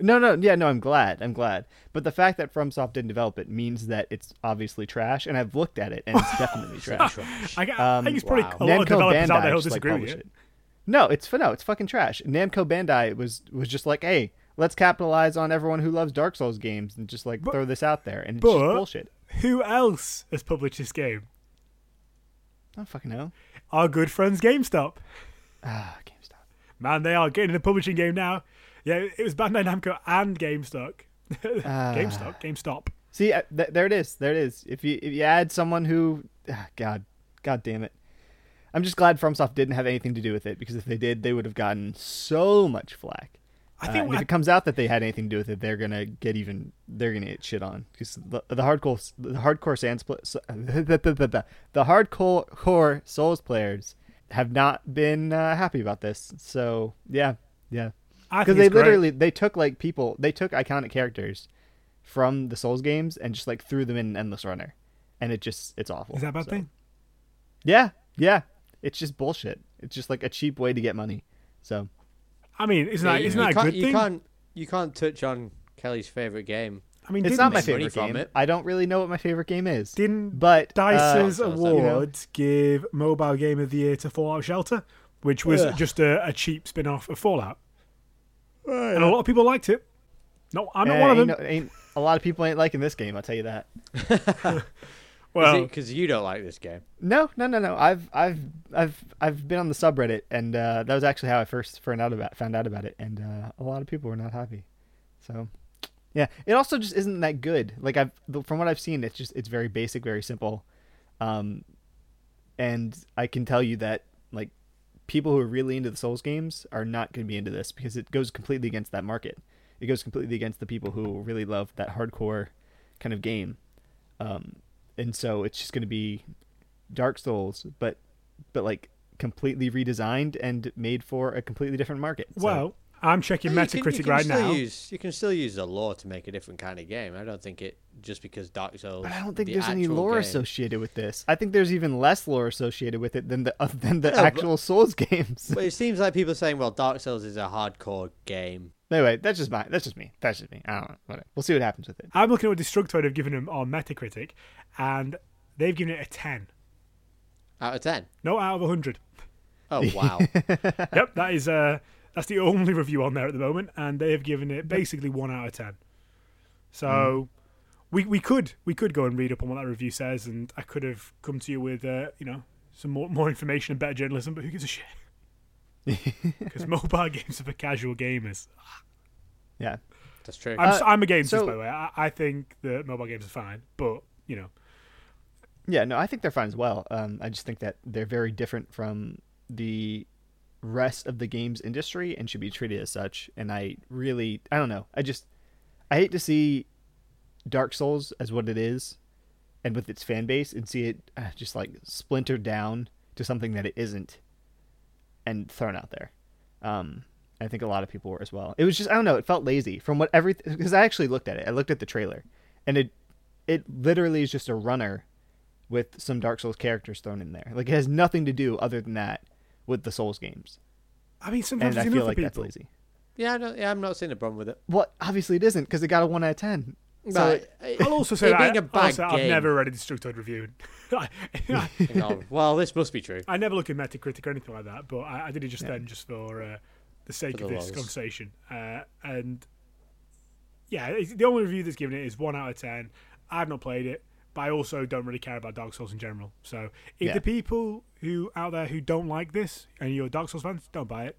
B: no, no, yeah, no. I'm glad, I'm glad. But the fact that FromSoft didn't develop it means that it's obviously trash, and I've looked at it, and
C: *laughs*
B: it's definitely trash.
C: Trash.
A: I, I
B: um,
A: think it's probably
C: wow.
A: a lot of developers out there who'll
B: just, like,
A: disagree with
B: publish
A: you.
B: it. No, it's no, it's fucking trash. Namco Bandai was was just like, hey, let's capitalize on everyone who loves Dark Souls games and just like throw this out there, and it's just
A: but-
B: bullshit.
A: Who else has published this game?
B: I don't Oh, fucking know.
A: Our good friends GameStop.
B: Ah, GameStop.
A: Man, they are getting in the publishing game now. Yeah, it was Bandai Namco and GameStop. *laughs*
B: Ah.
A: GameStop, GameStop.
B: See, uh, th- there it is. There it is. If you if you add someone who, ah, God, God damn it, I'm just glad FromSoft didn't have anything to do with it because if they did, they would have gotten so much flack.
A: I
B: Uh,
A: think
B: and if
A: I-
B: it comes out that they had anything to do with it, they're gonna get even. They're gonna get shit on because the, the hardcore, the hardcore sans, pl- s- *laughs* the hardcore core Souls players have not been uh, happy about this. So yeah, yeah,
A: I
B: because
A: think
B: they
A: it's great.
B: literally they took like people, they took iconic characters from the Souls games and just like threw them in an endless runner, and it just it's awful.
A: Is that a bad
B: So-
A: thing?
B: Yeah, yeah, it's just bullshit. It's just like a cheap way to get money. So
A: I mean, isn't
C: Yeah,
A: that,
C: you-
A: isn't
C: you
A: that a
C: can't-
A: good
C: you
A: thing?
C: Can't, you can't touch on Kelly's favourite game.
A: I mean,
B: It's
A: didn't-
B: not my
C: make money
B: favorite
C: from
B: game.
C: it.
B: I don't really know what my favorite game is.
A: Didn't
B: but
A: Dice's
C: uh,
A: awards give Mobile Game of the Year to Fallout Shelter, which was
C: Ugh.
A: just a, a cheap spin off of Fallout. and a lot of people liked it. No, I'm
B: uh,
A: not one of them.
B: ain't no- ain't- a lot of people ain't liking this game. I'll tell you that.
A: well,
C: Because you don't like this game.
B: No, no, no, no. I've I've I've I've been on the subreddit, and uh, that was actually how I first found out about found out about it. And uh, a lot of people were not happy. So, yeah, it also just isn't that good. Like I've the- from what I've seen, it's just it's very basic, very simple. Um, and I can tell you that like people who are really into the Souls games are not going to be into this because it goes completely against that market. It goes completely against the people who really love that hardcore kind of game. Um, and so it's just going to be Dark Souls, but but like completely redesigned and made for a completely different market. So-
A: well, I'm checking
C: No, Oh, you can- you
A: Metacritic
C: can
A: right
C: still
A: now.
C: Use, you can still use the lore to make a different kind of game. I don't think it just because Dark Souls.
B: But I don't think
C: the
B: there's any
C: actual
B: lore
C: game-
B: associated with this. I think there's even less lore associated with it than the *laughs* uh, than the
C: know, but-
B: actual Souls games. *laughs*
C: But it seems like people are saying, "Well, Dark Souls is a hardcore game."
B: anyway, that's just my that's just me. That's just me. I don't know. Whatever. We'll see what happens with it.
A: I'm looking at what Destructoid have given him on Metacritic, and they've given it a 10.
C: Out of ten.
A: No, out of 100.
B: *laughs*
C: Oh wow.
A: *laughs* yep, that is uh, that's the only review on there at the moment, and they have given it basically one out of 10.
B: Mm.
A: So we we could we could go and read up on what that review says, and
B: *laughs*
A: I could have come to you with uh, you know some more more information and better journalism, but who gives a shit? because mobile games are for casual gamers.
B: yeah.
C: That's true.
A: I'm,
B: Uh,
A: s- I'm a gamester,
B: so-
A: by the way. I, I think that mobile games are fine, but you know,
B: Yeah, no, I think they're fine as well. Um, I just think that they're very different from the rest of the games industry and should be treated as such. And I really, I don't know. I just, I hate to see Dark Souls as what it is and with its fan base and see it uh, just like splintered down to something that it isn't and thrown out there. Um, I think a lot of people were as well. It was just I don't know. It felt lazy from what everything because I actually looked at it. I looked at the trailer, and it it literally is just a runner with some Dark Souls characters thrown in there. Like it has nothing to do other than that with the Souls games,
A: I mean, sometimes
B: and I
A: it's
B: feel
A: enough
B: like
A: for
B: that's
A: people.
B: lazy.
C: yeah, I don't, yeah, I'm not seeing a problem with it.
B: Well, obviously it isn't because it got a one out of ten. So
C: But
A: I'll
B: *laughs*
A: also say
C: it
A: that I,
C: being
A: I'll
C: a bad
A: say
C: game-
A: I've never read a destructoid review. *laughs* I, *laughs*
C: Hang on. well, this must be true.
A: I never look at Metacritic or anything like that, but I, I did it just
B: Yeah.
A: then, just for uh, the sake
C: For
A: of
C: the
A: this
C: lols.
A: conversation. Uh, and yeah, it's, the only review that's given it is one out of ten. I've not played it, but I also don't really care about Dark Souls in general. So if
B: Yeah.
A: the people who out there who don't like this and you're Dark Souls fans, don't buy it.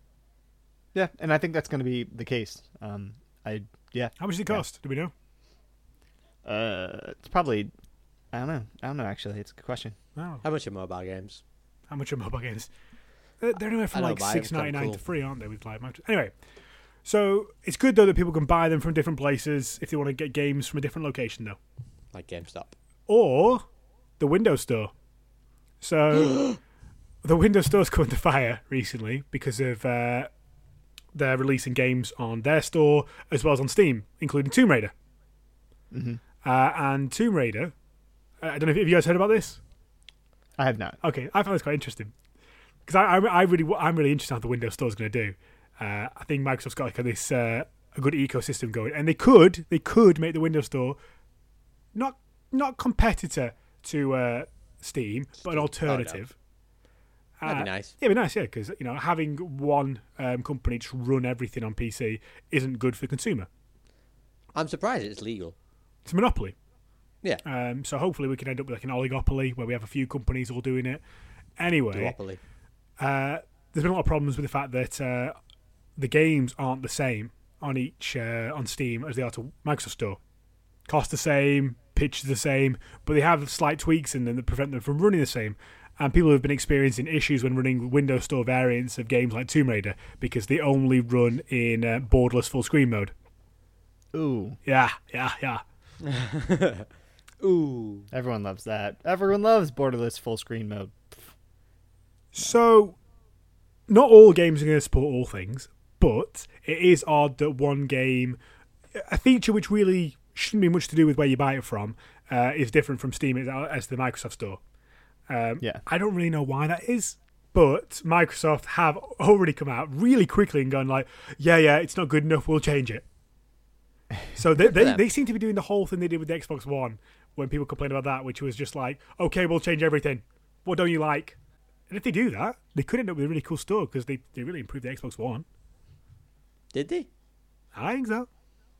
B: yeah, and I think that's going to be the case. Um, I yeah,
A: How much does it
B: Yeah.
A: cost? Do we know?
B: uh, it's probably I don't know. I don't know actually. It's a good question.
A: Wow.
C: How much are mobile games?
A: How much are mobile games? They're, they're anywhere from
C: I know,
A: like
C: but I think
A: six
C: it's kinda
A: ninety nine
C: cool.
A: to free, aren't they? With like motors. anyway. So it's good though that people can buy them from different places if they want to get games from a different location though,
C: Like GameStop.
A: or the Windows Store. So the Windows Store's come under fire recently because of uh, they're releasing games on their store as well as on Steam, including Tomb Raider. Uh, and Tomb Raider, uh, I I don't know if have you guys heard about this.
B: I have not.
A: Okay, I found this quite interesting because I, I, I really, I'm really interested in how the Windows Store is going to do. Uh, I think Microsoft's got like this uh, a good ecosystem going, and they could, they could make the Windows Store not not competitor to uh, Steam, but an alternative.
C: That'd
A: Uh,
C: be nice.
A: Yeah, it'd be nice, yeah, because you know having one um, company to run everything on PC isn't good for the consumer.
C: I'm surprised it's legal.
A: It's a monopoly.
C: Yeah.
A: Um, so hopefully we can end up with like an oligopoly where we have a few companies all doing it. Anyway,
C: Duopoly.
A: uh, there's been a lot of problems with the fact that uh, the games aren't the same on each uh, on Steam as they are to Microsoft Store. Cost the same, pitch is the same, but they have slight tweaks in them that prevent them from running the same. And people have been experiencing issues when running Windows Store variants of games like Tomb Raider because they only run in uh, borderless full screen mode.
B: Ooh,
A: Yeah, yeah, yeah.
C: Ooh.
B: everyone loves that. Everyone loves borderless full screen mode.
A: So, not all games are going to support all things, but it is odd that one game, a feature which really shouldn't be much to do with where you buy it from, uh, is different from Steam as, as the Microsoft Store. Um,
B: Yeah.
A: I don't really know why that is, but Microsoft have already come out really quickly and gone like, yeah, yeah, it's not good enough, we'll change it. So they, they,
C: them.
A: they seem to be doing the whole thing they did with the Xbox One when people complained about that, which was just like, okay, we'll change everything. What don't you like? And if they do that, they could end up with a really cool store because they, they really improved the Xbox One.
C: Did they?
A: I think so.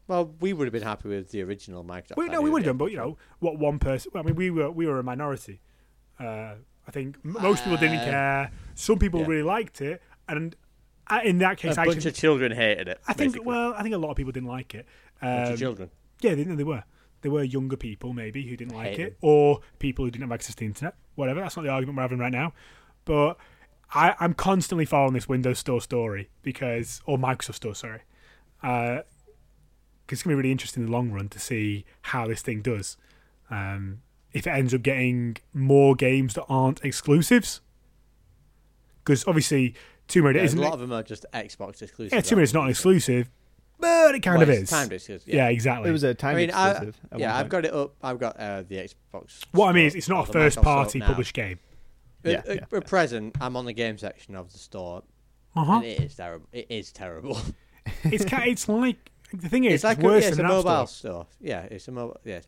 C: Well, we would have been happy with the original Microsoft.
A: We, no, we would have done, but you know what? One person. Well, I mean, we were we were a minority. Uh, I think m- most people didn't
C: Uh,
A: care. Some people
C: yeah.
A: really liked it, and uh, in that case,
C: A
A: I,
C: bunch
A: actually,
C: of children hated it.
A: I think
C: basically.
A: well, I think a lot of people didn't like it.
C: bunch
A: Um,
C: of children.
A: yeah, they, no, they were. They were younger people maybe who didn't like
C: Hated.
A: it, or people who didn't have access to the internet. Whatever. That's not the argument we're having right now. But I, I'm constantly following this Windows Store story because, or Microsoft Store, sorry, because it's gonna be really interesting in the long run to see how this thing does. Um, if it ends up getting more games that aren't exclusives, because obviously Tomb Raider
C: Yeah, a
A: isn't.
C: lot of them are just Xbox exclusive.
A: yeah, Tomb
C: aren't
A: Raider's not an exclusive, but it
C: they?
A: kind
C: Well,
A: of
C: it's
A: is.
C: timed exclusive,
A: yeah.
C: Yeah.
A: exactly.
B: It was a time
C: I mean, I,
B: exclusive. at
C: yeah,
B: one
C: I've
B: point.
C: got it up. I've got uh, the Xbox.
A: What I mean is,
C: store
A: it's not
C: of
A: a
C: the
A: first
C: Microsoft
A: party
C: now.
A: published game.
B: Yeah,
C: at, at-
B: yeah,
C: at present, I'm on the game section of the store,
A: Uh huh.
C: and it is terrible. It is terrible. *laughs*
A: It's ca- it's like the thing is, it's,
C: it's like
A: worse
C: yeah, it's
A: than
C: a
A: an app
C: mobile
A: store.
C: store. Yeah, it's a mobile. Yeah,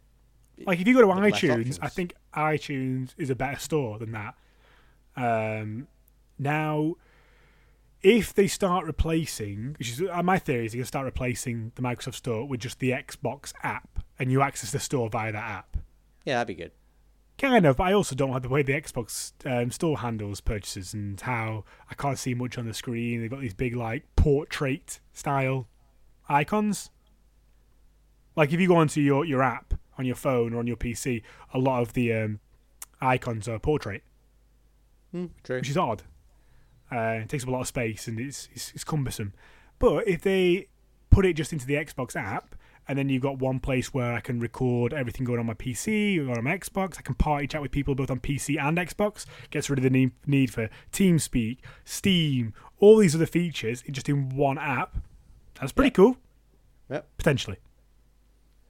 A: Like if you go to
C: with less
A: iTunes, I
C: options.
A: think iTunes is a better store than that. Um, now, if they start replacing, which is uh, my theory, is they're going to start replacing the Microsoft Store with just the Xbox app, and you access the store via that app.
C: yeah, that'd be good.
A: Kind of, but I also don't like the way the Xbox um, still handles purchases and how I can't see much on the screen. They've got these big like portrait style icons. Like if you go onto your your app on your phone or on your PC, a lot of the um, icons are portrait,
C: Hmm, true.
A: which is odd. Uh, it takes up a lot of space and it's, it's it's cumbersome. But if they put it just into the Xbox app, and then you've got one place where I can record everything going on my PC or on my Xbox, I can party chat with people both on PC and Xbox. Gets rid of the need, need for TeamSpeak, Steam, all these other features in just in one app. That's pretty cool.
C: Yep.
A: Potentially.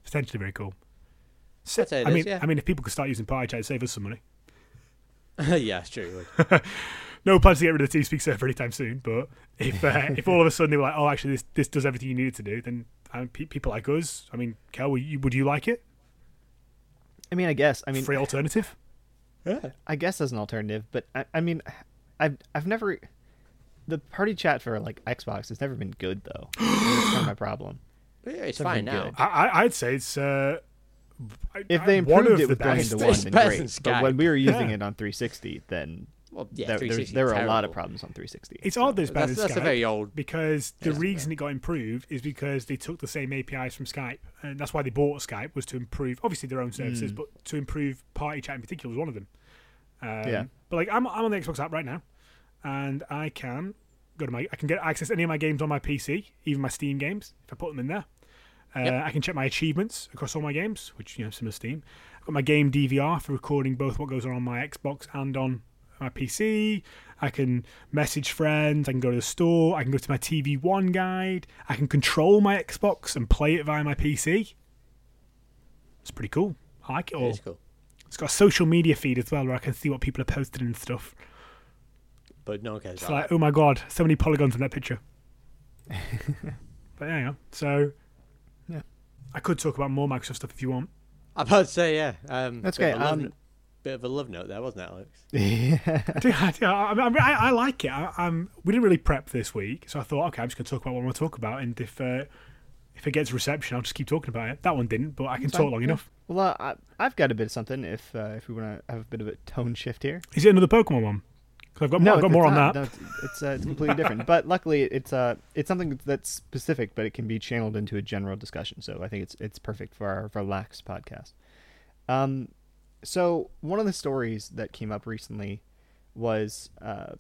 A: Potentially very cool. So,
C: I'd say it
A: I
C: is,
A: mean,
C: yeah.
A: I mean, if people could start using party chat, it'd save us some money.
C: *laughs* yeah, it's true. it would.
A: *laughs* no plans to get rid of the TeamSpeak server anytime soon. But if
B: *laughs*
A: uh, if all of a sudden they were like, oh, actually, this this does everything you need it to do, then um, pe- people like us, I mean, Kel, would you, would you like it?
B: I mean, I guess. I mean,
A: Free alternative?
C: Yeah.
B: I guess as an alternative, but I, I mean, I've I've never the party chat for like Xbox has never been good
C: *gasps*
B: though. That's kind of my problem.
C: Yeah, it's
B: Something
C: fine now.
B: good.
A: I, I I'd say it's uh, I-
B: If
A: I-
B: they
A: one
B: improved
A: of
B: it
A: the
B: with going to
A: best.
B: one,
C: It's
B: then
C: better
B: great.
C: than
B: But
C: Skype.
B: when we were using
A: Yeah.
B: it on 360, then
C: Well, yeah,
B: there, there's,
C: 360
B: there were a lot
C: terrible.
B: of problems on 360.
A: *laughs* It's odd that it's better
C: That's,
A: than
C: that's a
A: Skype
C: very old.
A: because the
C: Yeah.
A: reason it got improved is because they took the same APIs from Skype, and that's why they bought Skype was to improve obviously their own services,
B: Hmm.
A: but to improve party chat in particular was one of them. Um,
B: Yeah.
A: But like I'm, I'm on the Xbox app right now, and I can go to my I can get access to any of my games on my PC, even my Steam games if I put them in there. Uh, I can check my achievements across all my games, which you know similar to Steam. I've got my game DVR for recording both what goes on on my Xbox and on my PC. I can message friends. I can go to the store. I can go to my TV One guide. I can control my Xbox and play it via my PC. It's pretty cool. I like it all.
C: It's cool.
A: It's got a social media feed as well where I can see what people are posting and stuff.
C: But no one cares
A: It's
C: about
A: like, oh my god, so many polygons in that picture. but yeah, yeah. So
B: Yeah.
A: I could talk about more Microsoft stuff if you want. *laughs*
C: that. I'm about to say, yeah. Um,
B: That's
C: bit of
B: okay,
C: a love
B: um,
C: no- bit of a love note there, wasn't it, Alex?
A: I do, I, do, I, I, I, I like it. I, I'm, we didn't really prep this week, so I thought, okay, I'm just going to talk about what I want to talk about, and if uh, if it gets reception, I'll just keep talking about it. That one didn't, but I can talk long enough.
B: *laughs* well, I, I've got a bit of something if uh, if we want to have a bit of a tone shift here.
A: Is it another Pokemon one? 'Cause I've got more, I've got
B: it's
A: more on
B: not.
A: that.
B: No, it's it's, uh, it's completely
A: *laughs*
B: different. But luckily, it's uh, it's something that's specific, but it can be channeled into a general discussion. So I think it's it's perfect for our relaxed podcast. Um, so one of the stories that came up recently was uh,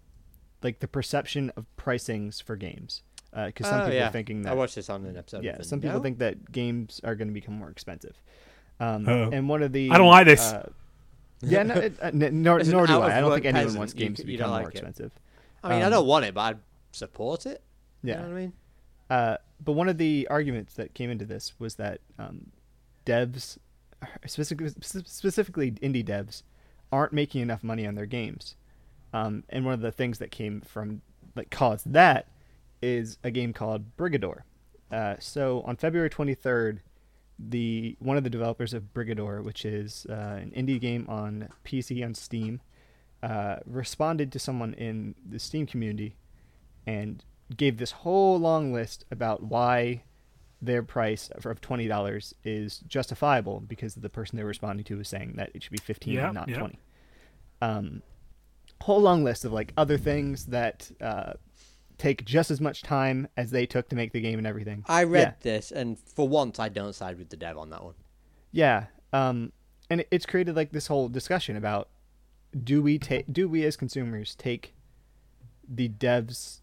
B: like the perception of pricings for games, because some
C: Oh,
B: people
C: yeah.
B: are thinking
C: I
B: that
C: watched this on an episode.
B: yeah,
C: and
B: some people
C: no?
B: think that games are going to become more expensive. Um,
A: Uh-oh.
B: and one of the
A: Oh. I don't like this.
B: uh, yeah, no, it, uh, n-
C: *laughs*
B: nor,
C: As an
B: nor do I. I don't
C: out-of-work
B: think anyone
C: peasant,
B: wants
C: you
B: games
C: c-
B: to
C: you don't
B: become more
C: like it.
B: expensive.
C: I mean, I
B: um,
C: don't want it, but I'd support it.
B: Yeah.
C: You know what I mean?
B: Uh, but one of the arguments that came into this was that um, devs, specifically, specifically indie devs, aren't making enough money on their games. Um, and one of the things that came from that caused that is a game called Brigador. Uh, so on February 23rd, the one of the developers of Brigador, which is uh, an indie game on PC on Steam, uh, responded to someone in the Steam community and gave this whole long list about why their price of of twenty dollars is justifiable because the person they're responding to is saying that it should be fifteen
A: Yeah,
B: and not
A: yeah.
B: twenty. Um, whole long list of like other things that uh, take just as much time as they took to make the game and everything.
C: I
B: Yeah.
C: read this, and for once, I don't side with the dev on that one.
B: Yeah. Um, and it- it's created like this whole discussion about do we take do we as consumers take the devs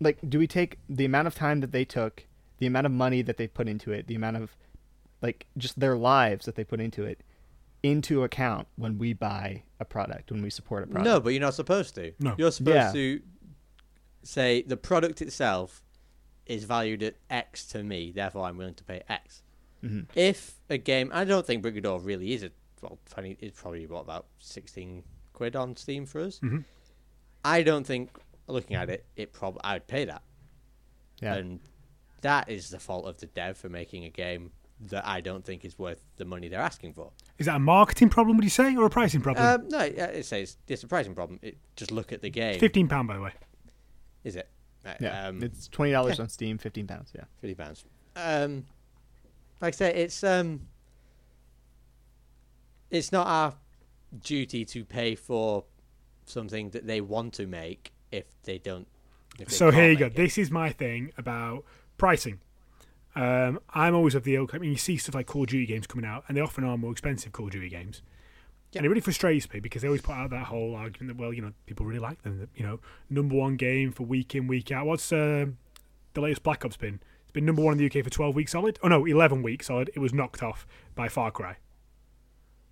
B: like do we take the amount of time that they took, the amount of money that they put into it, the amount of like just their lives that they put into it into account when we buy a product, when we support a product.
C: No, but you're not supposed to.
A: No.
C: You're supposed
B: Yeah.
C: to say the product itself is valued at X to me, therefore I'm willing to pay X.
B: Mm-hmm.
C: If a game, I don't think Brigador really is a well, funny. It's probably what about sixteen quid on Steam for us. I don't think looking at it, it probably I would pay that,
B: Yeah.
C: and that is the fault of the dev for making a game that I don't think is worth the money they're asking for.
A: Is that a marketing problem, would you say, or a pricing
B: Mm.
A: problem?
C: Um, no, it, it says it's a pricing problem. It, just look at the game.
A: £15, by the way.
C: Is it? Right,
B: yeah.
C: um,
B: it's twenty dollars on Steam, fifteen pounds, yeah.
C: fifty pounds. Um, like I say, it's um, it's not our duty to pay for something that they want to make if they don't. If they
A: so here
C: can't
A: you go.
C: make it.
A: This is my thing about pricing. Um, I'm always of the ilk. I mean, you see stuff like Call of Duty games coming out, and they often are more expensive Call of Duty games. And it really frustrates me because they always put out that whole argument that well, you know, people really like them. That, you know, number one game for week in week out. What's uh, the latest Black Ops been? It's been number one in the UK for 12 weeks solid. Oh no, 11 weeks solid. It was knocked off by Far Cry,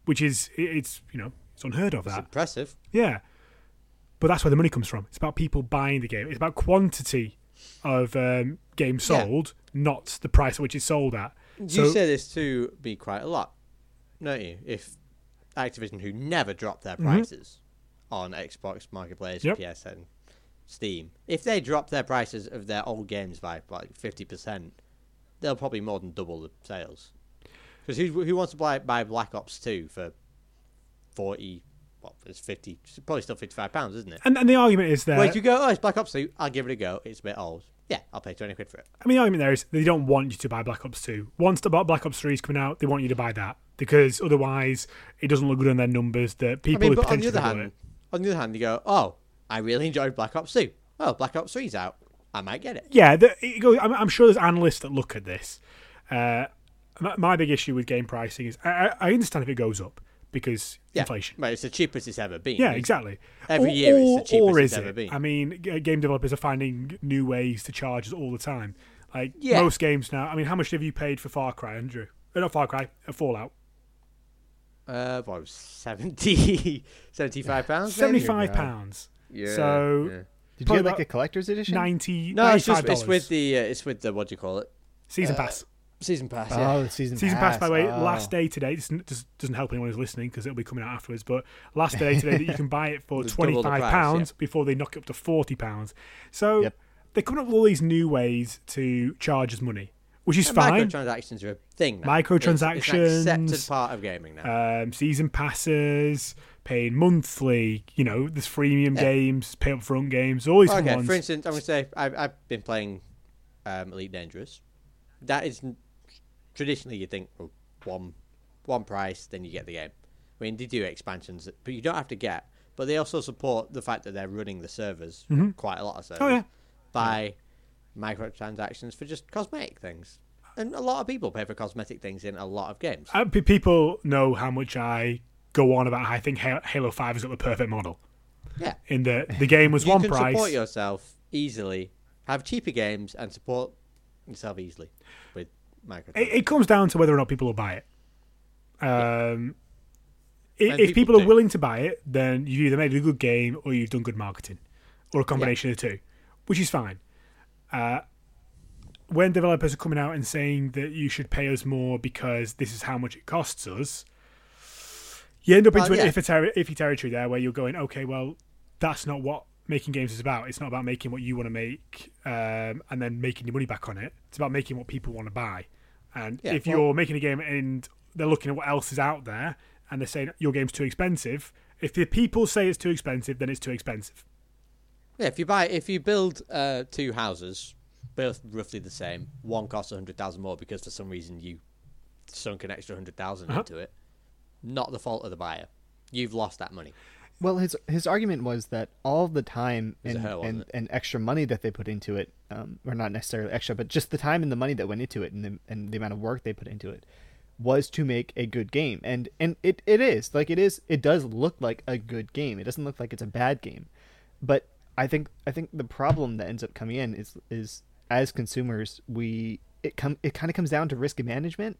A: which is it- it's you know it's unheard of.
C: It's
A: That
C: impressive.
A: yeah. But that's where the money comes from. It's about people buying the game. It's about quantity of um, games
C: Yeah.
A: sold, not the price at which it's sold at.
C: you
A: So-
C: say this to be quite a lot, don't you? If Activision, who never drop their prices on Xbox Marketplace,
A: Mm-hmm. Yep.
C: PSN, Steam, if they drop their prices of their old games by like fifty percent, they'll probably more than double the sales. Because who who wants to buy buy Black Ops Two for forty? What it's fifty? it's Probably still fifty five pounds, isn't it?
A: And, and the argument is that
C: Whereas you go, oh, it's Black Ops Two. I'll give it a go. It's a bit old. Yeah, I'll pay twenty quid for it.
A: I mean, the argument there is they don't want you to buy Black Ops 2. Once the Black Ops 3 is coming out, they want you to buy that because otherwise it doesn't look good on their numbers that
C: I
A: people
C: mean,
A: who
C: but on
A: potentially
C: the other
A: bought
C: hand,
A: it.
C: on the other hand, you go, oh, I really enjoyed Black Ops 2. Oh, Black Ops 3's out. I might get it.
A: Yeah, the, it goes, I'm, I'm sure there's analysts that look at this. Uh, my, my big issue with game pricing is I, I- I understand if it goes up because
C: Yeah.
A: inflation.
C: Right, it's the cheapest it's ever been.
A: Yeah, exactly.
C: Every year it's the cheapest
A: or
C: it's
A: is
C: ever
A: it?
C: been.
A: I mean, g- game developers are finding new ways to charge us all the time. Like
C: Yeah.
A: most games now. I mean, how much have you paid for Far Cry, Andrew? Uh, not Far Cry, uh, Fallout.
C: Uh, well, *laughs* 70, 75 pounds. maybe?
A: Seventy-five pounds.
C: Yeah,
A: So
C: yeah.
B: Did you
A: Probably
B: get like
A: about
B: a collector's edition?
A: ninety.
C: No, it's just
A: $95.
C: it's with the uh, it's with the what do you call it
A: season pass.
C: season
A: Uh,
C: pass. Yeah.
B: Oh, the season
A: Season pass, by the way,
B: Oh.
A: last day today. This n- just doesn't help anyone who's listening because it'll be coming out afterwards. But last
C: *laughs*
A: day today that you can buy it for
C: It's double
A: twenty
C: the
A: five
C: price,
A: pounds before they knock it up to forty pounds. So
B: Yep.
A: they're coming up with all these new ways to charge us money, which is
C: And
A: fine.
C: Microtransactions are a thing. Now. it's,
A: Microtransactions.
C: it's an accepted part of gaming now.
A: um, season passes, paying monthly. You know, there's freemium games, pay up front games, all these
C: okay,
A: ones.
C: for instance, I'm gonna say I've, I've been playing um, Elite Dangerous. That is n- traditionally you think oh, one one price, then you get the game. I mean, they do expansions, that- but you don't have to get. But they also support the fact that they're running the servers, quite a lot of servers,
A: Mm-hmm. Oh, yeah.
C: by microtransactions for just cosmetic things. And a lot of people pay for cosmetic things in a lot of games.
A: Uh, pe- people know how much I go on about how I think Ha- Halo Five has got the perfect model.
C: Yeah.
A: In the the game was
C: you
A: one
C: can
A: price.
C: support yourself easily, have cheaper games, and support yourself easily with microtransactions.
A: it, it comes down to whether or not people will buy it. Um, i-
C: And
A: if
C: people
A: people are
C: do.
A: willing to buy it, then you've either made a good game or you've done good marketing, or a combination of the two, which is fine. Uh, when developers are coming out and saying that you should pay us more because this is how much it costs us, you end up
C: Well,
A: into
C: yeah.
A: an iffy, terri iffy territory there where you're going, okay, well, that's not what making games is about. It's not about making what you want to make um, and then making your money back on it. It's about making what people want to buy. And
C: Yeah,
A: if
C: well-
A: you're making a game and they're looking at what else is out there and they're saying your game's too expensive, if the people say it's too expensive, then it's too expensive.
C: Yeah, if you buy, if you build uh, two houses, both roughly the same, one costs a hundred thousand more because for some reason you sunk an extra hundred
A: Uh-huh.
C: into it. Not the fault of the buyer. You've lost that money.
B: Well, his his argument was that all the time
C: was
B: and
C: a hell,
B: and,
C: wasn't
B: and extra money that they put into it, um, or not necessarily extra, but just the time and the money that went into it, and the and the amount of work they put into it, was to make a good game, and and it, it is like it is it does look like a good game. It doesn't look like it's a bad game, but I think I think the problem that ends up coming in is is as consumers we it come it kind of comes down to risk management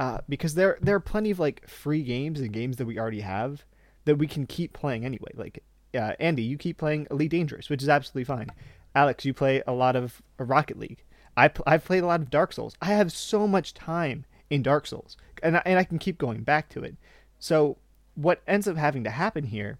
B: uh, because there there are plenty of like free games and games that we already have that we can keep playing anyway. Like uh, Andy, you keep playing Elite Dangerous, which is absolutely fine. Alex, you play a lot of Rocket League. I pl- I've played a lot of Dark Souls. I have so much time in Dark Souls, and I, and I can keep going back to it. So what ends up having to happen here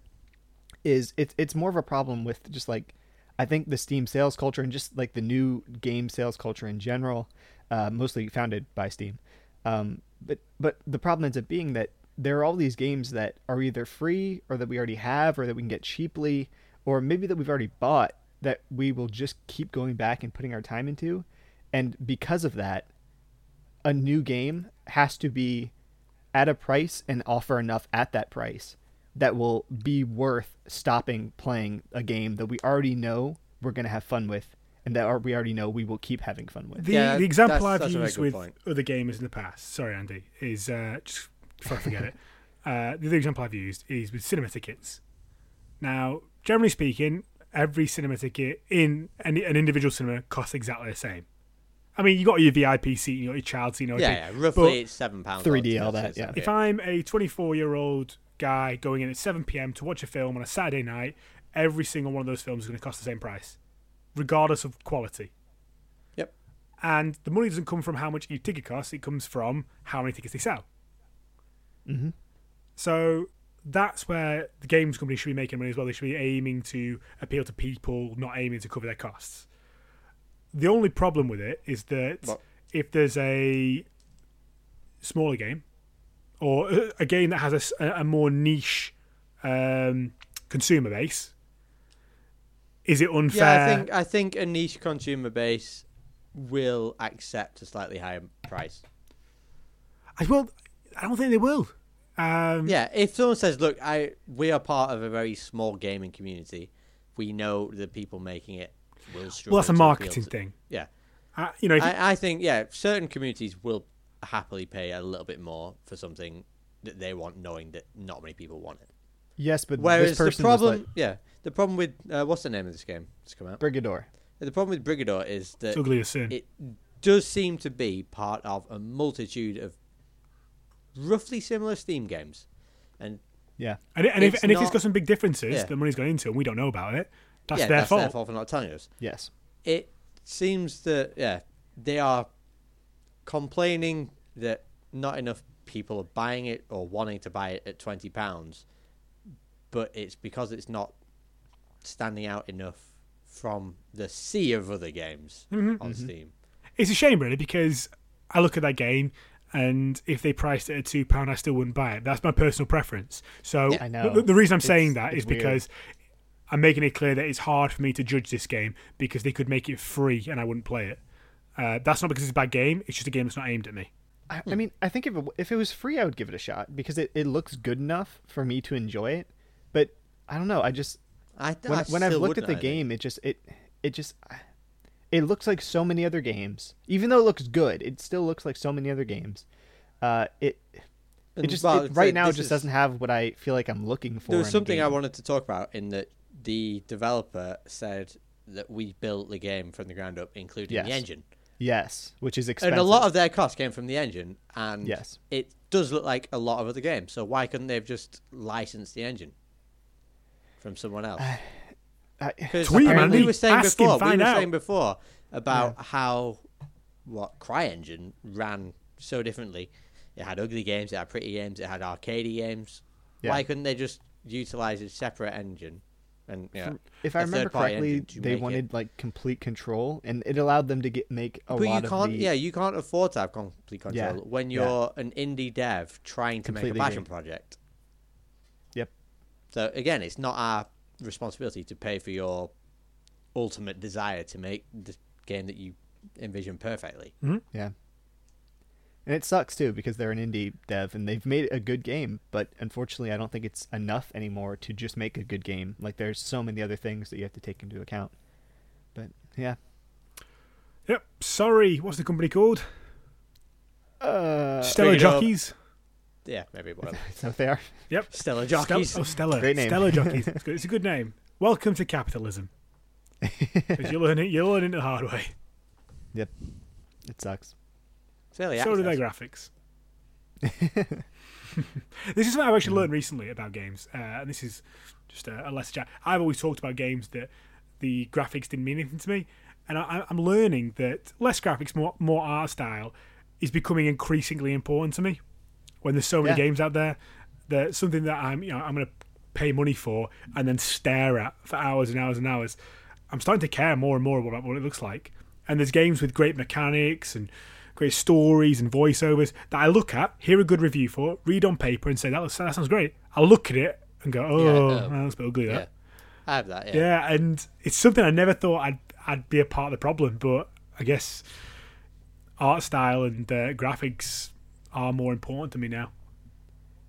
B: is it's it's more of a problem with just like I think the Steam sales culture and just like the new game sales culture in general, uh, mostly founded by Steam. Um, but but the problem ends up being that there are all these games that are either free or that we already have or that we can get cheaply or maybe that we've already bought that we will just keep going back and putting our time into, and because of that, a new game has to be at a price and offer enough at that price that will be worth stopping playing a game that we already know we're going to have fun with and that are- we already know we will keep having fun with.
A: The,
C: Yeah,
A: the example
C: that's-
A: I've
C: that's a very
A: used
C: good
A: with
C: point.
A: other gamers in the past, sorry Andy, is uh, just before I
C: *laughs*
A: forget it. Uh, the other example I've used is with cinema tickets. Now, generally speaking, every cinema ticket in an, an individual cinema costs exactly the same. I mean, you got your VIP seat, you got your child seat, you know.
C: yeah, yeah, roughly
A: But-
C: it's seven pounds.
B: 3D
C: odd,
B: all
C: so
B: that,
C: it's
B: yeah.
C: not
A: If
C: big.
A: I'm a 24 year old guy going in at 7 p.m. to watch a film on a Saturday night, every single one of those films is going to cost the same price, regardless of quality.
C: Yep.
A: And the money doesn't come from how much each ticket costs, it comes from how many tickets they sell. Mm-hmm.
B: Mhm.
A: So that's where the games company should be making money as well. They should be aiming to appeal to people, not aiming to cover their costs. The only problem with it is that
C: What?
A: if there's a smaller game or uh, a game that has a s- a, a more niche um, consumer base, is it unfair?
C: Yeah, I think I think a niche consumer base will accept a slightly higher price.
A: I well, I don't think they will. Um,
C: Yeah, if someone says, "Look, I we are part of a very small gaming community. We know the people making it will struggle."
A: well, that's a
C: to appeal
A: marketing
C: to-"
A: thing.
C: Yeah,
A: Uh, you know, if,
C: I, I think yeah, certain communities will happily pay a little bit more for something that they want, knowing that not many people want it.
B: Yes,
A: Mm.
B: but
C: Whereas
B: this
C: the
B: person
C: problem,
B: was
C: yeah, the problem with uh, what's the name of this game that's come out?
B: like Brigador.
C: The problem with Brigador is that
A: it's ugly as sin.
C: it does seem to be part of a multitude of roughly similar Steam games, and
B: Yeah.
A: and it- and if
C: it's
A: and if it's
C: not-
A: got some big differences
C: yeah.
A: that money's going into and we don't know about it, that's
C: yeah,
A: their
C: that's
A: fault.
C: their fault for not telling us.
B: Yes.
C: It seems that yeah, they are complaining that not enough people are buying it or wanting to buy it at twenty pounds, but it's because it's not standing out enough from the sea of other games on Steam.
A: It's a shame, really, because I look at that game. And if they priced it at two pound, I still wouldn't buy it. That's my personal preference. So
B: Yeah, I know.
A: The, the reason I'm saying
B: It's-
A: that
B: it's
A: is
B: weird.
A: because I'm making it clear that it's hard for me to judge this game because they could make it free and I wouldn't play it. Uh, that's not because it's a bad game. It's just a game that's not aimed at me.
B: I,
C: Hmm.
B: I mean, I think if it, w- if it was free, I would give it a shot because it, it looks good enough for me to enjoy it. But I don't know. I just
C: I,
B: when,
C: I
B: when I've
C: still
B: looked at
C: wouldn't,
B: the
C: I think.
B: game, it just it it just it looks like so many other games. Even though it looks good, it still looks like so many other games. Uh, it it
C: And
B: just
C: well,
B: it,
C: it's
B: right
C: like
B: now it
C: this
B: just
C: is-
B: doesn't have what I feel like I'm looking for.
C: There was
B: in a
C: something I
B: game.
C: wanted to talk about in that the developer said that we built the game from the ground up, including the
B: Yes.
C: engine.
B: Yes, which is expensive.
C: And a lot of their costs came from the engine, and
B: Yes.
C: it does look like a lot of other games. So why couldn't they have just licensed the engine from someone else?
B: Uh, I,
C: Because
A: Tweet him,
C: we
A: Andy.
C: were saying
A: Ask him,
C: before, we
A: find
C: were
A: out.
C: saying before about how what CryEngine ran so differently. It had ugly games, it had pretty games, it had arcadey games.
B: Yeah.
C: Why couldn't they just utilize a separate engine? And yeah,
B: if I
C: a
B: remember
C: third-party
B: correctly,
C: engine to
B: they
C: make it?
B: wanted like complete control, and it allowed them to get make a
C: But
B: lot
C: you can't,
B: of the
C: yeah, you can't afford to have complete control
B: Yeah,
C: when
B: yeah.
C: you're an indie dev trying to make a
B: Completely agree.
C: passion project.
B: Yep.
C: So again, it's not our responsibility to pay for your ultimate desire to make the game that you envision perfectly.
B: Yeah. And it sucks too because they're an indie dev and they've made a good game, but unfortunately, I don't think it's enough anymore to just make a good game. Like there's so many other things that you have to take into account. But yeah,
A: Yep. Sorry. What's the company called?
B: uh,
C: *laughs*
A: Stellar
C: bring it up.
A: Jockeys.
C: Yeah,
B: *laughs*
C: maybe one.
B: is that what they are?
A: Yep.
C: Stellar
A: Stel-
C: jockeys.
A: oh, Stellar.
B: Great name.
A: Stellar
B: *laughs*
A: Jockeys. It's, good. it's a good name. Welcome to capitalism. 'Cause you learn it. You learn it the hard way.
B: Yep, it sucks.
C: It's early
A: so do their
C: access.
A: graphics. *laughs* this is something I've actually learned recently about games, uh, and this is just a, a lesser chat. I've always talked about games that the graphics didn't mean anything to me, and I, I- I'm learning that less graphics, more more art style, is becoming increasingly important to me. When there's so many
B: Yeah.
A: games out there, that something that I'm you know I'm going to pay money for and then stare at for hours and hours and hours. I'm starting to care more and more about what it looks like. And there's games with great mechanics and great stories and voiceovers that I look at, hear a good review for, read on paper, and say that looks, that sounds great. I look at it and go, oh,
C: no.
A: that looks a bit ugly.
C: Yeah.
A: That.
C: I have that. Yeah.
A: Yeah. and it's something I never thought I'd I'd be a part of the problem, but I guess art style and uh, graphics are more important to me now.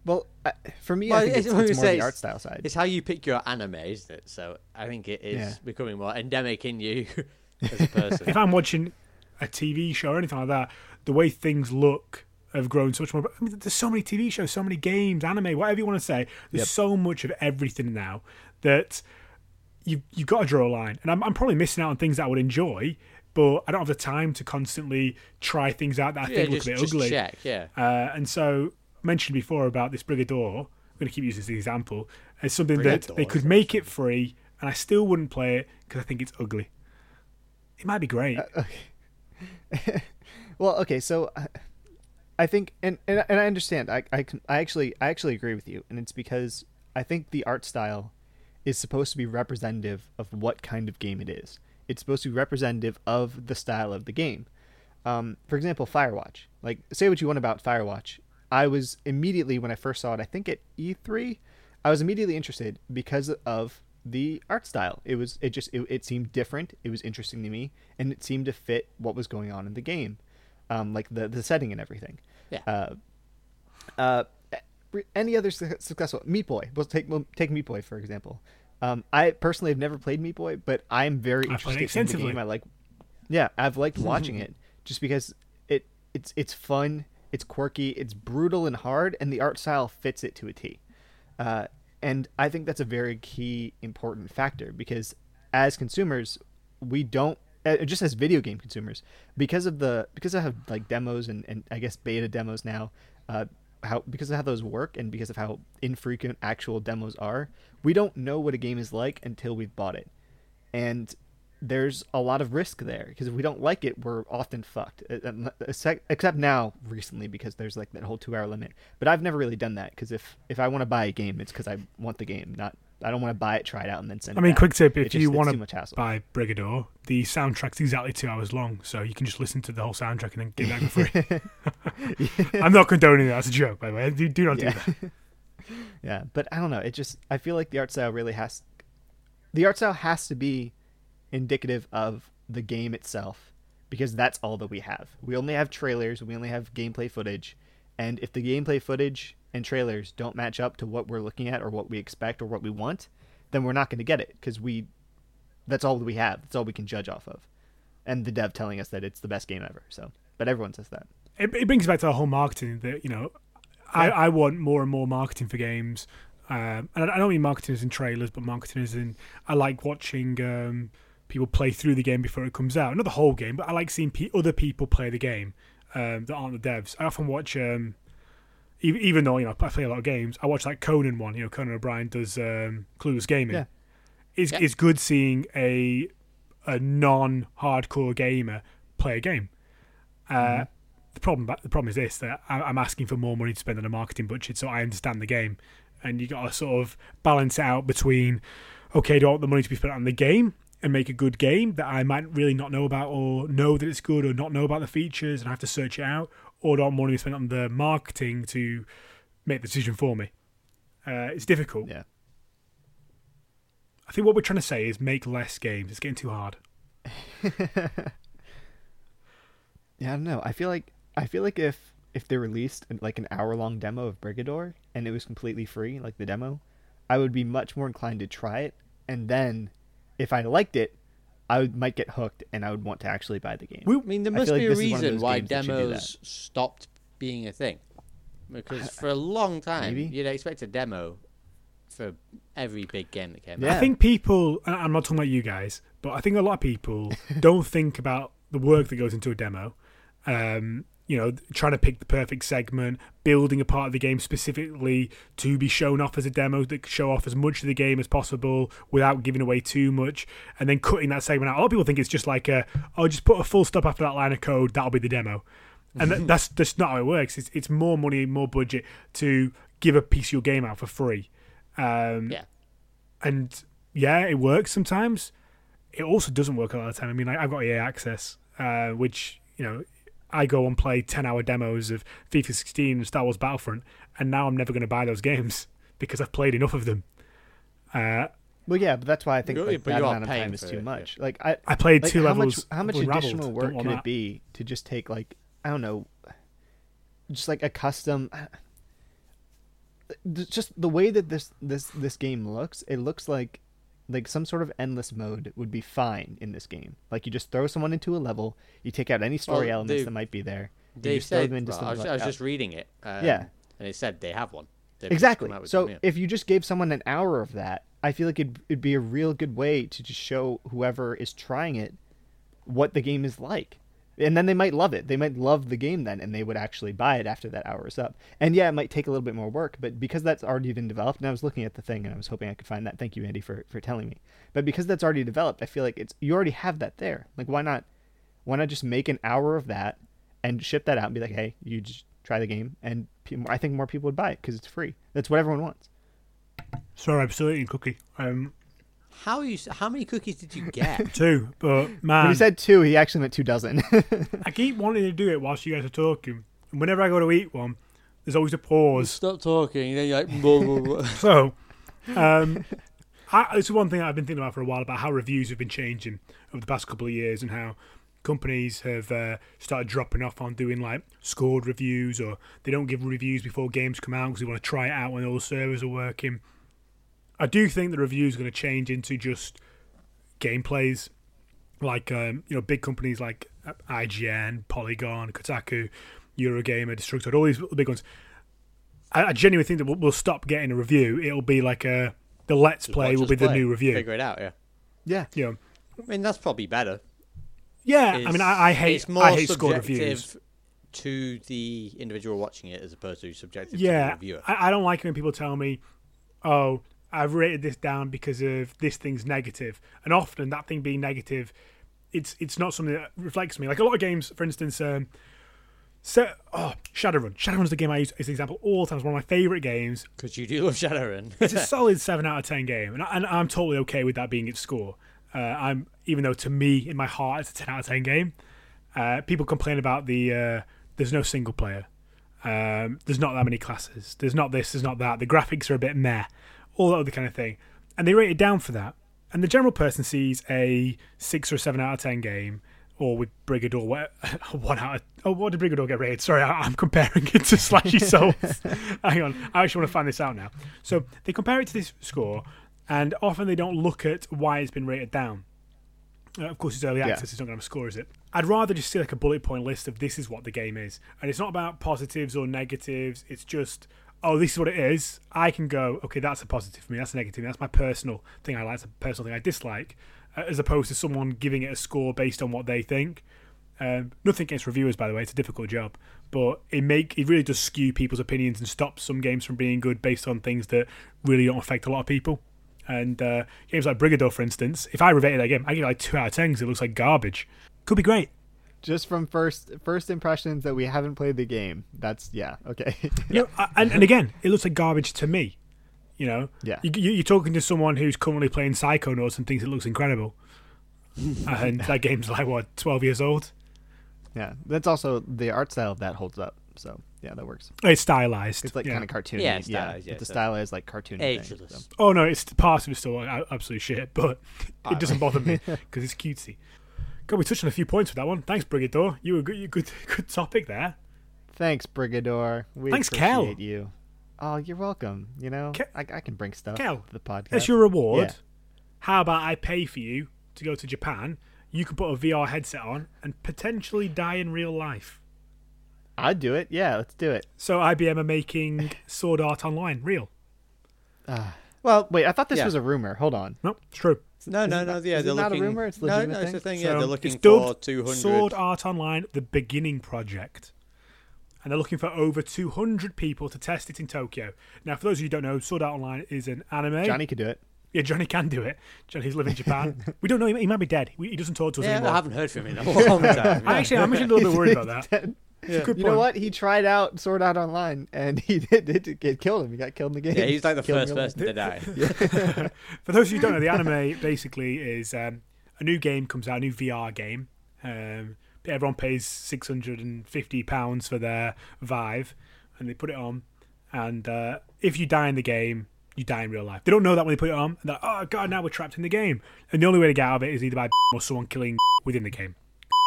B: Well, I, for me,
C: Well,
B: I think
C: it's
B: it's,
C: what
B: it's
C: we
B: more
C: say,
B: the
C: it's-
B: art style side.
C: It's how you pick your anime, isn't it? So I think it is
B: Yeah.
C: becoming more endemic in you *laughs*
B: *laughs*
C: as a person.
A: if I'm watching a TV show or anything like that, the way things look have grown so much more. I mean, there's so many TV shows, so many games, anime, whatever you want to say. There's
B: Yep.
A: so much of everything now that you you got to draw a line. And I'm, I'm probably missing out on things that I would enjoy, but I don't have the time to constantly try things out that I
C: yeah,
A: think
C: just,
A: look a bit
C: just
A: ugly.
C: check. Yeah.
A: Uh, and so I mentioned before about this Brigador. I'm going to keep using this as an example. It's something that
C: Brigador
A: they
C: is
A: could make it free, and I still wouldn't play it because I think it's ugly. It might be great.
B: Uh, *laughs* well, okay, so uh, I think, and and, and I understand. I, I can- I actually I actually agree with you, and it's because I think the art style is supposed to be representative of what kind of game it is. It's supposed to be representative of the style of the game. Um, for example, Firewatch. Like, say what you want about Firewatch. I was immediately when I first saw it. I think at E3, I was immediately interested because of the art style. It was it just it, it seemed different. It was interesting to me, and it seemed to fit what was going on in the game, um, like the the setting and everything.
C: Yeah.
B: Uh, uh, any other su- successful Meat Boy. We'll take we'll take Meat Boy for example. Um, I personally have never played Meat Boy, but I'm very
A: I've played it
B: interested in the
A: extensively.
B: game. I like, yeah, I've liked watching it just because it it's it's fun, it's quirky, it's brutal and hard, and the art style fits it to a T. Uh, and I think that's a very key important factor because as consumers, we don't uh, just as video game consumers because of the because I have like demos and, and I guess beta demos now. Uh, how because of how those work and because of how infrequent actual demos are, we don't know what a game is like until we've bought it and there's a lot of risk there because if we don't like it, we're often fucked. Uh, um, except- Except now, recently, because there's like that whole two-hour limit. But I've never really done that because if if I want to buy a game, it's because I want the game. Not I don't want to buy it, try it out, and then
A: I
B: send. it
A: mean,
B: back.
A: quick tip:
B: It
A: if
B: just-
A: you
B: it's
A: want
B: too much
A: to
B: hassle.
A: buy Brigador, the soundtrack's exactly two hours long, so you can just listen to the whole soundtrack and then get back for free.
B: *laughs*
A: *laughs* I'm not condoning that; that's a joke, by the way. Do, do not do
B: Yeah.
A: that.
B: yeah, but I don't know. It just I feel like the art style really has the art style has to be indicative of the game itself because that's all that we have. We only have trailers, we only have gameplay footage, and if the gameplay footage and trailers don't match up to what we're looking at or what we expect or what we want, then we're not going to get it because we that's all that we have. That's all we can judge off of. And the dev telling us that it's the best game ever. So, but everyone says that.
A: it, it brings back to the whole marketing that you know I, I want more and more marketing for games um, and I, I don't mean marketing as in trailers but marketing as in i like watching um, people play through the game before it comes out not the whole game but i like seeing pe- other people play the game um, that aren't the devs i often watch um, ev- even though you know i play a lot of games i watch like conan one you know conan o'brien does um, clueless gaming
B: Yeah.
A: it's,
C: Yeah.
A: it's good seeing a a non-hardcore gamer play a game uh, the problem the problem is this that I- I'm asking for more money to spend on a marketing budget, so I understand the game, and you got to sort of balance it out between, okay, do I want the money to be spent on the game and make a good game that I might really not know about, or know that it's good, or not know about the features, and I have to search it out, or do I want money to be spent on the marketing to make the decision for me? Uh, it's difficult.
B: Yeah.
A: I think what we're trying to say is make less games. It's getting too hard.
B: Yeah, I don't know. I feel like I feel like if if they released an- like an hour long demo of Brigador and it was completely free, like the demo, I would be much more inclined to try it. And then, if I liked it, I would, might get hooked and I would want to actually buy the game.
A: We-
C: I mean, there
B: I feel
C: must
B: like
C: be a
B: this is one of
C: reason
B: those
C: why
B: games that should do that.
C: demos stopped being a thing, because
B: *laughs*
C: for a long time
B: Maybe.
C: you'd expect a demo for every big game that came out.
B: Yeah.
A: I think people, and I'm not talking about you guys, but I think a lot of people don't think about the work that goes into a demo. Um, you know, trying to pick the perfect segment, building a part of the game specifically to be shown off as a demo that could show off as much of the game as possible without giving away too much, and then cutting that segment out. A lot of people think it's just like, i I'll just put a full stop after that line of code, that'll be the demo. And that, that's that's not how it works. It's, it's more money, more budget to give a piece of your game out for free. Um,
B: Mm.
C: Yeah.
A: and yeah, it works sometimes. It also doesn't work a lot of the time. I mean, like, I've got EA Access, uh, which you know, I go and play ten-hour demos of FIFA 16 and Star Wars Battlefront, and now I'm never going to buy those games *laughs* because I've played enough of them. Uh,
B: well, yeah, but that's why I think
C: You-
B: like,
C: but
B: that
C: you are
B: amount of
C: paying
B: time is
C: for
B: too
C: it, yeah.
B: much. Like I,
A: I played
B: like,
A: two
B: how
A: levels.
B: Much, how
A: of
B: much
A: Unraveled.
B: additional
A: Don't
B: work
A: want
B: could
A: that.
B: it be to just take like I don't know, just like a custom? th- *sighs* just the way that this this this game looks, it looks like like some sort of endless mode would be fine in this game. Like you just throw someone into a level, you take out any story
C: Well,
B: elements
C: they-
B: that might be there. you
C: They
B: just throw
C: said.
B: them into uh,
C: well, I
B: something
C: was,
B: like
C: I was
B: that.
C: just reading it. Um,
B: Yeah.
C: And it said they have one. They've just
B: Exactly.
C: come out with
B: So
C: one, yeah.
B: if you just gave someone an hour of that, I feel like it'd, it'd be a real good way to just show whoever is trying it what the game is like. And then they might love it. They might love the game then, and they would actually buy it after that hour is up. And yeah, it might take a little bit more work, but because that's already been developed, and I was looking at the thing and I was hoping I could find that. Thank you, Andy, for, for telling me. But because that's already developed, I feel like it's you already have that there. Like why not why not just make an hour of that and ship that out and be like, hey, you just try the game, and pe- I think more people would buy it because it's free. That's what everyone wants.
A: Sorry, I'm still eating cookie. Um,
C: how are you? s- How many cookies did
B: *laughs*
C: you get?
A: two, but man,
B: When he said two, he actually meant two dozen. *laughs*
A: I keep wanting to do it whilst you guys are talking. And whenever I go to eat one, there's always a pause.
C: Stop talking. Then you're like, blah, blah, blah.
A: *laughs* So, um, I, it's one thing that I've been thinking about for a while about how reviews have been changing over the past couple of years and how companies have uh, started dropping off on doing like scored reviews or they don't give reviews before games come out because they want to try it out when all the servers are working. I do think the reviews going to change into just gameplays like um, you know big companies like uh, IGN, Polygon, Kotaku, Eurogamer, Destructoid, all these big ones. I, I genuinely think that we'll, we'll stop getting a review. It'll be like a the Let's Play
C: Watch
A: will
C: us
A: be the
C: play.
A: new review.
C: Figure it out. Yeah.
B: yeah.
A: You know,
C: I mean, that's probably better.
A: yeah. I mean,
C: It's-
A: I, I hate
C: it's more
A: I hate scored
C: subjective
A: reviews.
C: to the individual watching it as opposed to subjective to the
A: Yeah,
C: reviewer.
A: I, I don't like it when people tell me, "Oh, I've rated this down because of this thing's negative," and often that thing being negative, it's it's not something that reflects me. Like a lot of games, for instance, um, so oh, Shadowrun. Shadowrun's the game I use as an example all the time. It's one of my favorite games.
C: Because you do love Shadowrun.
A: It's
C: *laughs*
A: a solid seven out of ten game, and, I, and I'm totally okay with that being its score. Uh, I'm even though to me in my heart it's a ten out of ten game. Uh, people complain about the uh, there's no single player, um, there's not that many classes, there's not this, there's not that. The graphics are a bit meh, all that other kind of thing, and they rate it down for that. And the general person sees a six or seven out of ten game, or with Brigador, what *laughs* one out? Of, oh, what did Brigador get rated? Sorry, I, I'm comparing it to Slashy Souls. Hang on, I actually want to find this out now. So they compare it to this score, and often they don't look at why it's been rated down. Uh, of course, it's early access. It's not going to score, is it? I'd rather just see like a bullet point list of this is what the game is, and it's not about positives or negatives. It's just oh, this is what it is. I can go okay, that's a positive for me. That's a negative. That's my personal thing I like. That's a personal thing I dislike, uh, as opposed to someone giving it a score based on what they think. Um, nothing against reviewers, by the way. It's a difficult job, but it make it really does skew people's opinions and stops some games from being good based on things that really don't affect a lot of people. And uh, games like Brigador, for instance, if I reviewed that game, I give it like two out of ten because it looks like garbage. Could be great.
B: Just from first first impressions that we haven't played the game. That's yeah.
C: *laughs*
B: Okay. *laughs*
A: You know, I- and, and again, it looks like garbage to me. You know,
B: Yeah.
A: You, you, you're talking to someone who's currently playing Psychonauts and thinks it looks
B: *laughs*
A: incredible, and that game's like what, twelve years old?
B: yeah. That's also the art style of that holds up. So yeah, that works.
A: It's stylized.
B: It's like
A: yeah.
B: kind of cartoony.
C: Yeah, it's stylized, yeah,
B: But the
C: so-
B: style is like cartoony. Thing,
C: Ageless.
B: so.
A: Oh no, it's parts of it's still like, absolute shit, *laughs* but it doesn't bother
B: *laughs*
A: me because it's cutesy. God, we touched on a few points with that one. Thanks, Brigador. You were good. You good. *laughs* Good topic there.
B: Thanks, Brigador. We
A: Thanks,
B: appreciate
A: Kel.
B: you. Oh, you're welcome. You know,
A: Ke-
B: I, I can bring stuff
A: Kel,
B: to the podcast.
A: That's your reward.
B: Yeah.
A: How about I pay for you to go to Japan? You can put a VR headset on and potentially die in real life.
B: I'd do it. Yeah, let's do it.
A: So IBM are
B: *laughs*
A: making Sword Art Online real.
C: well,
B: Wait, I thought this
C: Yeah.
B: was a rumor. Hold on.
A: No, it's true.
C: no, no,
B: it
C: no.
B: not-
C: Yeah,
B: is it
C: they're
B: not a
C: looking,
B: rumor? It's a
C: no,
B: legitimate
C: no, it's a
B: thing?
C: thing. Yeah,
A: So
C: they're looking
A: it's dubbed
C: for two
A: Sword
C: hundred.
A: Art Online: The Beginning Project, and they're looking for over 200 people to test it in Tokyo. Now, for those of you who don't know, Sword Art Online is an anime.
B: Johnny could do it.
A: yeah, Johnny can do it. Johnny's living in
C: *laughs*
A: Japan. we don't know. He, he might be dead. We, he doesn't talk to us
C: Yeah, I
A: anymore.
C: haven't heard from him *laughs* in a long time.
A: I actually, I'm actually a little bit worried about that.
B: Yeah.
A: good
B: you
A: point.
B: know what? He tried out Sword Out Online, and *laughs* he did, did get killed. Him. He got killed in the game.
C: Yeah, he's like the
B: Killed in
C: first
B: real life.
C: person to *laughs* die.
A: For those of you who don't know, the anime basically is um, a new game comes out, a new VR game. Um, everyone pays six hundred and fifty pounds for their Vive, and they put it on. And uh, if you die in the game, you die in real life. They don't know that when they put it on. And they're like, oh god, now we're trapped in the game. And the only way to get out of it is either by or someone killing within the game.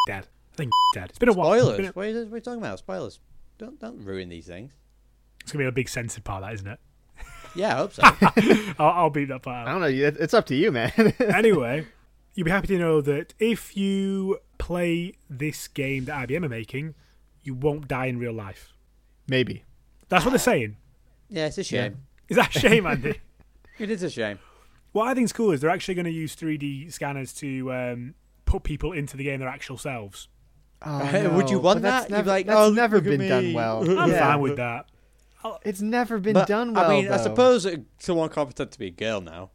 A: Dead. I think dead. It's been a while. It's,
C: *laughs*
A: been a-
C: Spoilers. What are you what are you talking about? Spoilers. Don't don't ruin these things.
A: it's gonna be a big censored part, of that isn't it?
C: Yeah, I *laughs* hope so.
A: I'll, I'll beat that part
B: I
A: out.
B: don't know. it- It's up to you, man. *laughs*
A: anyway, you'll be happy to know that if you play this game that IBM are making, you won't die in real life.
B: Maybe.
A: That's what they're saying.
C: yeah, it's a shame.
A: Is that a shame, Andy? *laughs*
C: It is a shame.
A: what I think is cool is they're actually going to use 3D scanners to um, put people into the game their actual selves.
B: Oh,
C: Would you
B: no,
C: want
B: but that's
C: that? You'd
B: Never,
C: be like,
B: that's
C: "Oh,
B: never
C: look at
B: been done *laughs*
C: me."
B: well.
A: I'm
B: Yeah.
A: fine with that.
B: It's never been
C: But,
B: done well.
C: I mean, I
B: though.
C: suppose uh, someone competent to be a girl now.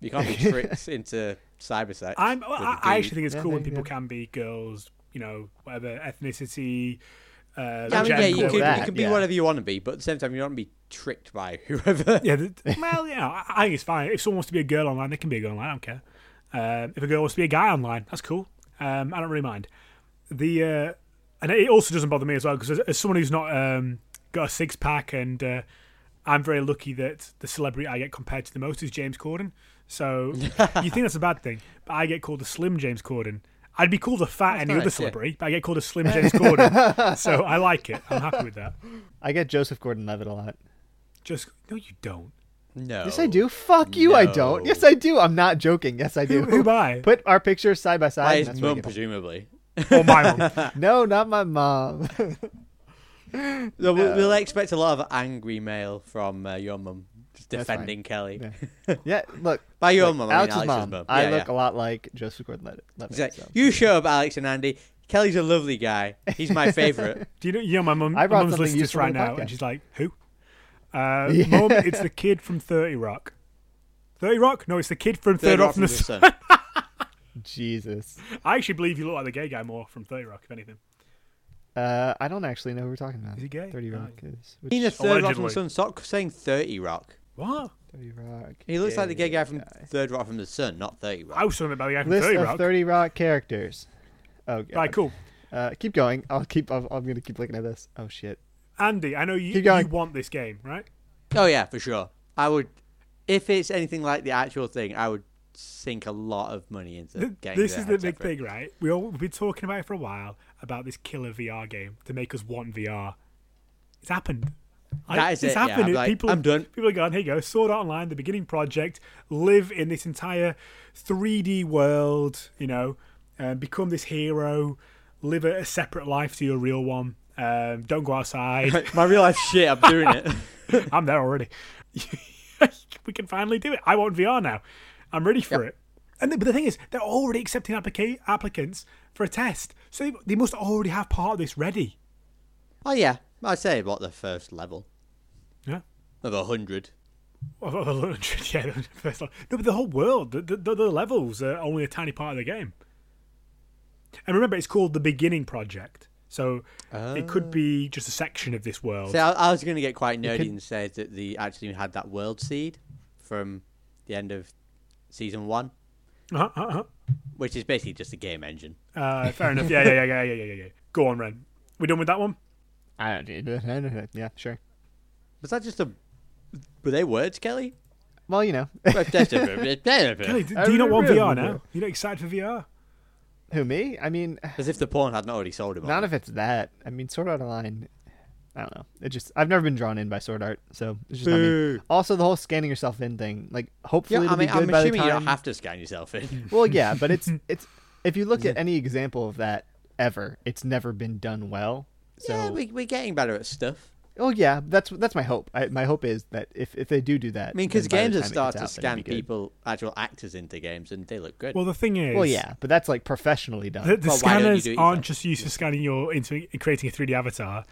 C: You can't be *laughs* tricked into cyber sex.
A: I'm,
C: with
A: I,
C: a
A: I
C: dude.
A: actually think it's
B: Yeah,
A: cool when
B: yeah,
A: people
B: yeah.
A: can be girls, you know, whatever ethnicity. Uh,
C: Yeah, I mean, yeah,
A: gender,
C: you
B: could-
C: can,
A: whatever.
C: you
B: that,
C: can be
B: yeah.
C: whatever you want to be, but at the same time, you don't want to be tricked by whoever.
A: Yeah, th- well, yeah, I, I think it's fine. If someone wants to be a girl online, they can be a girl online. I don't care. Um, if a girl wants to be a guy online, that's cool. Um, I don't really mind. The uh, and it also doesn't bother me as well because as, as someone who's not um, got a six pack, and uh, I'm very lucky that the celebrity I get compared to the most is James Corden. So you think that's a bad thing, but I get called the slim James Corden. I'd be called a fat any other
C: nice, yeah.
A: celebrity, but I get called a slim James Corden. so I like it. I'm happy with that.
B: I get Joseph Gordon-Levitt a lot.
A: Just no, you don't.
C: No.
B: Yes, I do. Fuck you, I
C: No.
B: don't. Yes, I do. I'm not joking. Yes, *laughs* I do.
A: Who, who am I?
B: Put our pictures side by
C: By
B: side. and
C: his
B: that's what I
C: mum,
B: get.
C: presumably.
A: Or my mum.
B: No, not my mom. *laughs*
C: No, we- We'll expect a lot of angry mail from uh, your mum just
B: That's fine.
C: defending Kelly.
B: Yeah. yeah, look.
C: *laughs* By your
B: look,
C: mum, Oh, I mean
B: Alex's,
C: Alex's
B: mom.
C: mum.
B: I
C: Yeah,
B: look
C: yeah.
B: a lot like Joseph Gordon-Levitt.
C: He's like, You show up, Alex and Andy. Kelly's a lovely guy. He's
B: *laughs*
C: my favourite.
A: Do you know? You know, my mum.
B: I
A: My
B: brought
A: mum's
B: something
A: listening to this
B: useful
A: right
B: to the
A: now, and
B: podcast.
A: she's like, "Who?" Uh,
B: Yeah.
A: Mum, it's the kid from Thirty Rock. Thirty Rock? No, it's the kid from Thirty
C: Third
A: Rock
C: rock
A: from the.
C: the
A: Sun.
C: sun.
B: Jesus.
A: I actually believe you look like the gay guy more from Thirty Rock, if anything.
B: Uh, I don't actually know who we're talking about.
A: Is he gay?
B: Thirty Rock is. Which,
C: Seen a Third Rock
A: Allegedly.
C: from the Sun sock saying 30 Rock.
A: What?
B: Thirty Rock.
C: He looks like the gay guy from
B: guy.
C: Third Rock from the Sun, not 30 Rock.
A: I was talking about the guy from
B: List
A: Thirty
B: of
A: Rock.
B: Thirty Rock characters. Oh, God.
A: Right, cool.
B: Uh, keep going. I'll keep. I'm, I'm gonna keep looking at this. Oh shit.
A: Andy, I know you,
B: Keep going.
A: you want this game, right?
C: Oh yeah, for sure. I would, if it's anything like the actual thing, I would sink a lot of money into *laughs*
A: Th-
C: getting.
A: This
C: their
A: is the
C: hands
A: big
C: up for it.
A: thing, right? We all, we've been talking about it for a while about this killer VR game to make us want VR. It's happened. I-
C: That is
A: it's
C: it, yeah.
A: happened.
C: I'm like,
A: people,
C: I'm done.
A: People are going, here you go, Sword Art Online, the beginning project, live in this entire 3D world, you know, um, become this hero, live a, a separate life to your real one. Um, don't go outside.
C: My real life shit. I'm
A: *laughs*
C: doing it.
A: I'm there already. *laughs* we can finally do it. I want VR now. I'm ready for it. And the, but the thing is, they're already accepting applica- applicants for a test, so they, they must already have part of this ready.
C: oh yeah, I'd say about the first level
A: Yeah.
C: of a hundred.
A: Of- of a hundred, *laughs* yeah, the first one. No, but the whole world, the, the, the levels are only a tiny part of the game. And remember, it's called the Beginning Project, so it could be just a section of this world.
C: So I, I was going to get quite nerdy
B: could-
C: and say that they actually had that world seed from the end of season one,
A: Uh-huh, uh-huh.
C: which is basically just a game engine.
A: Uh, fair enough. Yeah, yeah, yeah, yeah, yeah, yeah, yeah, yeah. Go on, Ren. We done with that one?
B: I don't *laughs* need. Yeah, sure.
C: Was that just a? Were they words, Kelly?
B: Well, you know, *laughs*
A: Kelly, Oh,
C: As
A: do, do you not want VR
B: remember.
A: now? You're not excited for VR?
B: who me? I mean,
C: if the porn hadn't already sold him.
B: not if it's that. I mean, Sword Art Online. I don't know. It just I've never been drawn in by Sword Art, so it's just not me.
C: Boo.
B: Also, the whole scanning yourself in thing. Like, hopefully,
C: Yeah,
B: it'll
C: I mean,
B: be good
C: I'm
B: by the
C: assuming
B: time.
C: you
B: *laughs*
C: don't have to scan yourself in.
B: Well, yeah, but
C: *laughs*
B: it's it's if you look at any example of that ever, it's never been done well. *laughs* So,
C: yeah, we, we're getting better at stuff.
B: oh yeah, that's that's my hope. I, my hope is that if, if they do do that,
C: I mean, because games have started to scan
B: scanning
C: people, actual actors into games, and they look good.
A: Well, the thing is,
B: Well, yeah, but that's like
A: *laughs*
B: professionally done.
A: the, the
C: Well, why don't you
A: scanners
C: do it
A: aren't
C: yourself?
A: just used for scanning your into creating a 3D avatar.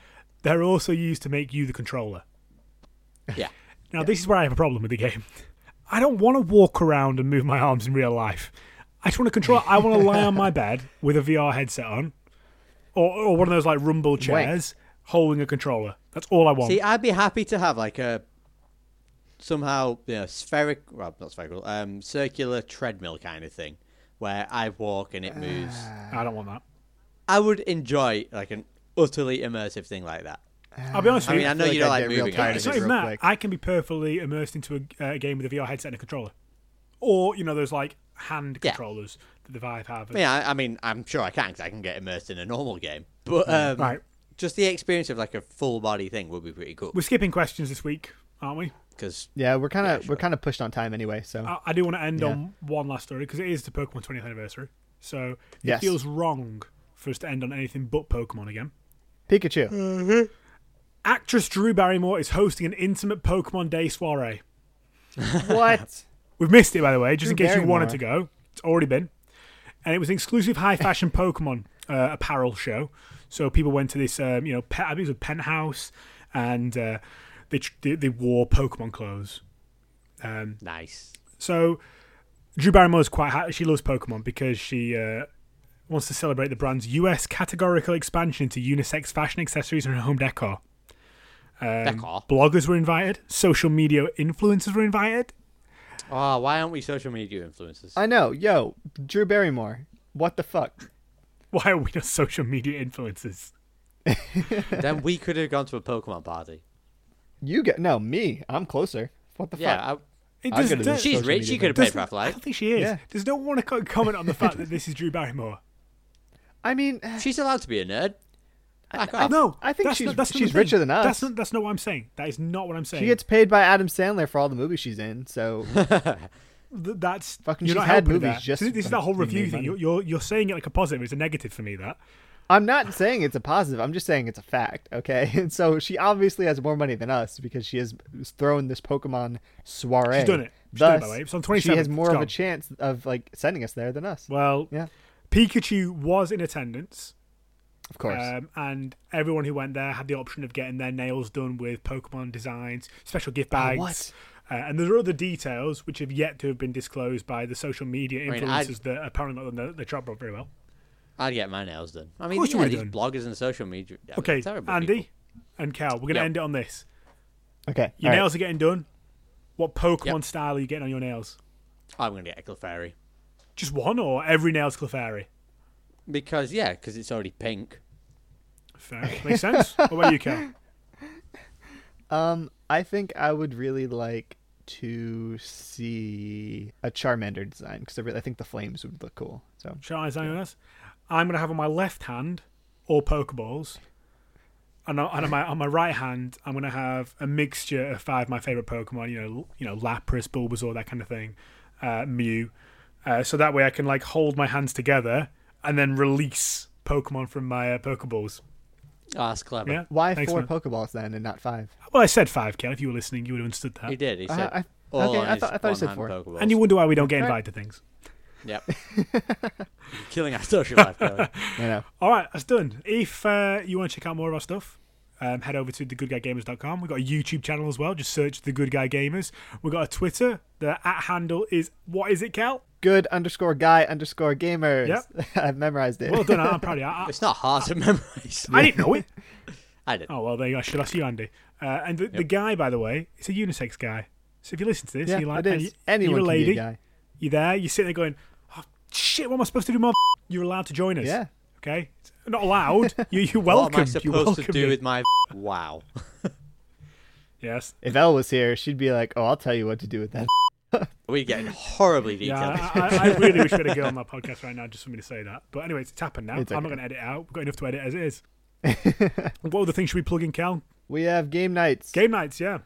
A: They're also used to make you the controller.
C: yeah,
A: Now, this is where I have a problem with the game. *laughs* I don't want to walk around and move my arms in real life. I just want to control. I want to lie on
C: *laughs*
A: my bed with a VR headset on, or, or one of those like rumble chairs, holding a controller. That's all I want.
C: see, I'd be happy to have like a somehow you know, spheric, well, not spherical, um, circular treadmill kind of thing, where I walk and it moves.
A: I don't want that.
C: uh, I would enjoy like an utterly immersive thing like that.
A: I'll be honest
C: I
A: with
C: mean,
A: you.
C: I know
B: feel
C: you
B: like I'd
C: don't like
B: get real
C: moving.
B: tired
C: around.
B: of
A: It's
B: it.
A: not even
B: real
A: that.
B: quick.
A: I can be perfectly immersed into a, a game with a VR headset and a controller, or you know those like hand
C: Yeah.
A: controllers that the Vive have.
C: I mean, I, I mean, I'm sure I can because I can get immersed in a normal game. But um,
A: Right.
C: just the experience of like a full body thing would be pretty cool.
A: We're skipping questions this week. aren't we?
C: because
B: Yeah, we're kind
C: Yeah,
B: of
C: sure.
B: we're kind of pushed on time anyway, so
A: I, I do want to end
B: Yeah.
A: on one last story because it is the Pokemon 20th anniversary. So it
B: Yes.
A: feels wrong for us to end on anything but Pokemon again. *laughs*
B: Pikachu.
A: Actress Drew Barrymore is hosting an intimate Pokemon Day soiree.
B: what?
A: We've missed it, by the way, just in
B: Drew
A: case you wanted to go. It's already been. And it was an exclusive high fashion *laughs* Pokemon uh, apparel show. So people went to this, um, you know, pe- I think it was a penthouse, and uh, they, tr- they they wore Pokemon clothes. Um,
C: nice.
A: So Drew Barrymore is quite ha- she loves Pokemon because she uh, wants to celebrate the brand's U.S. categorical expansion into unisex fashion accessories and home decor. Um,
C: Decor?
A: Bloggers were invited. Social media influencers were invited.
C: Oh, why aren't we social media influencers?
B: I know. Yo, Drew Barrymore. What the fuck?
A: Why are we not social media influencers?
C: then we could have gone to a Pokemon party.
B: You get no me. I'm closer. What the fuck?
C: Yeah,
A: It
B: I
A: doesn't-
B: could've
C: I,
B: just-
A: doesn't-
C: she's
B: Social
C: rich.
B: media
C: She could have paid
A: doesn't-
C: for
A: I
C: Half-Life.
A: don't think she is.
B: Yeah.
A: Does no one want to co- comment on the fact that this is Drew Barrymore?
B: I mean,
C: She's allowed to be a nerd. Back off.
A: No,
B: *laughs* I think
A: that's
B: she's-
A: not, that's not
B: she's
A: the thing.
B: richer than us.
A: That's not, that's not what I'm saying. That is not what I'm saying.
B: *sighs* she gets paid by Adam Sandler for all the movies she's in.
C: *laughs*
B: So
A: Th- that's
B: Fucking
A: you're
B: she's
A: not
B: had
A: helping
B: movies
A: that.
B: just
A: this, this is
B: for
A: that whole
B: being made
A: review thing.
B: money.
A: You're, you're you're saying it like a positive. It's a negative for me. That
B: I'm not saying it's a positive. I'm just saying it's a fact. Okay. *laughs* And so she obviously has more money than us because she has thrown this Pokemon soiree.
A: She's done it. She's done it,
B: Thus,
A: by the way. It's on
B: she
A: 27th.
B: has more
A: It's
B: of a
A: gone.
B: chance of like sending us there than us.
A: well,
B: yeah,
A: Pikachu was in attendance,
B: of course.
A: um, and everyone who went there had the option of getting their nails done with Pokemon designs, special gift bags.
B: Oh, what?
A: Uh, and there are other details which have yet to have been disclosed by the social media
C: mean,
A: influencers
C: I'd-
A: that apparently not the, the job brought very well.
C: I'd get my nails done. I mean,
A: course you
C: yeah,
A: would
C: these
A: have
C: bloggers and social media. yeah, they're
A: Okay,
C: terrible
A: Andy
C: people.
A: and Cal, we're going to
C: Yep.
A: end it on this.
B: okay.
A: Your
B: all right.
A: nails are getting done. What Pokemon
C: Yep.
A: style are you getting on your nails?
C: I'm gonna get a Clefairy
A: Just one or every nail's Clefairy?
C: because yeah, because it's already pink.
A: Fair. Makes sense. what about you, Cal?
B: Um, I think I would really like to see a Charmander design because I, really, I think the flames would look cool. So
A: Shall I sign us? I'm going to have on my left hand all Pokeballs. And, on, and on, my, on my right hand, I'm going to have a mixture of five of my favourite Pokemon, you know, you know, Lapras, Bulbasaur, that kind of thing, uh, Mew. Uh, so that way I can, like, hold my hands together and then release Pokemon from my uh, Pokeballs.
C: Oh, that's clever.
A: Yeah?
B: why
A: Thanks,
B: four
A: man.
B: Pokeballs then and not five?
A: Well, I said five, Cal. If you were listening, you would have understood that.
C: He did. He
B: Uh,
C: said.
B: I-
C: all
B: okay,
C: on
B: I
C: his
B: thought- I thought he said
C: one-hand
B: four.
C: Pokeballs.
A: And you wonder why we don't get
B: Right.
A: invited to things.
C: *laughs*
A: *laughs*
C: Yep. Killing our social life. Going.
B: I know.
A: All right, that's done. If uh, you want to check out more of our stuff, um, head over to thegoodguygamers.com. We've got a YouTube channel as well. Just search The Good Guy Gamers. We've got a Twitter. The at handle is, what is it, Cal?
B: Good underscore guy underscore gamers. *laughs* I've memorized it.
A: Well done, I'm proud of you. I,
C: It's not hard to memorize.
A: I, I didn't know it.
C: I did.
A: Oh, well, there you go. I should ask you, Andy. Uh, and the, the guy, by the way, it's a unisex guy. So if you listen to this,
B: *laughs* yeah,
A: you like,
B: it
A: and
B: is.
A: you, you're
B: Anyone
A: a
B: can be
A: lady,
B: guy.
A: you're there, you're sitting there going, oh, shit, what am I supposed to do, more? You're allowed to join us.
B: Yeah.
A: Okay? It's not
B: *laughs*
A: allowed. You, you're
C: What
A: welcome.
C: am I
A: you're
C: supposed
A: welcome.
C: to do with my? *laughs* Wow.
A: Yes.
B: If Elle was here, she'd be like, "Oh, I'll tell you what to do with that." *laughs*
C: We're getting horribly detailed.
A: Yeah, uh, I, I, I really wish we had a girl
C: *laughs*
A: on my podcast right now just for me to say that. But anyway, it's happened now.
B: It's
A: I'm not
B: okay.
A: going to edit it out. We've got enough to edit as it
B: *laughs*
A: is. what other things should we plug in, Cal?
B: We have game nights.
A: Game nights, yeah.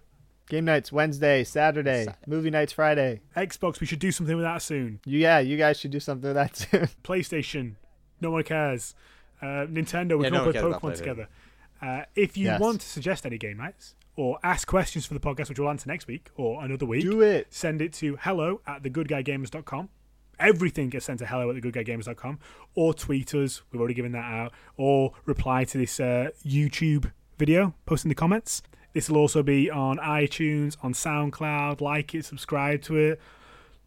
B: game nights Wednesday, Saturday. Movie nights Friday.
A: Xbox, we should do something with that soon.
B: You, yeah, you guys should do something with that *laughs* soon.
A: PlayStation, no one cares. Uh, Nintendo, we
C: Yeah,
A: can
C: no
A: all
C: one
A: play
C: cares about
A: Pokemon
C: PlayStation.
A: together. Uh, if you
B: Yes.
A: want to suggest any game nights or ask questions for the podcast, which we'll answer next week or another week,
B: do it.
A: send it to hello at thegoodguygamers.com. Everything gets sent to hello at thegoodguygamers.com or tweet us. We've already given that out. Or reply to this uh, YouTube video, post in the comments. This will also be on iTunes, on SoundCloud. Like it, subscribe to it.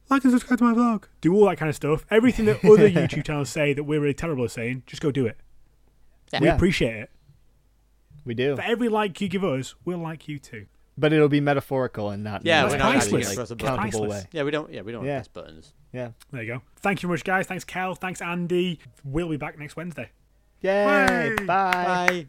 A: Like and subscribe to my vlog. Do all that kind of stuff. Everything that other YouTube channels say that we're really terrible at saying, just go do it.
C: Yeah.
A: We
B: Yeah.
A: appreciate it.
B: We do,
A: For every like you give us, we'll like you too.
B: but it'll be metaphorical and not. in
C: Yeah,
B: a,
A: we're
B: like,
A: not actually
B: like,
A: gonna press a button.
B: countable
A: Priceless.
B: way.
C: *laughs* Yeah, we don't. Yeah, we don't
B: Yeah.
C: press buttons.
B: Yeah.
A: There you go. Thank you very much, guys. Thanks, Cal. Thanks, Andy. We'll be back next Wednesday.
B: Yay!
A: Yay.
B: Bye.
C: Bye.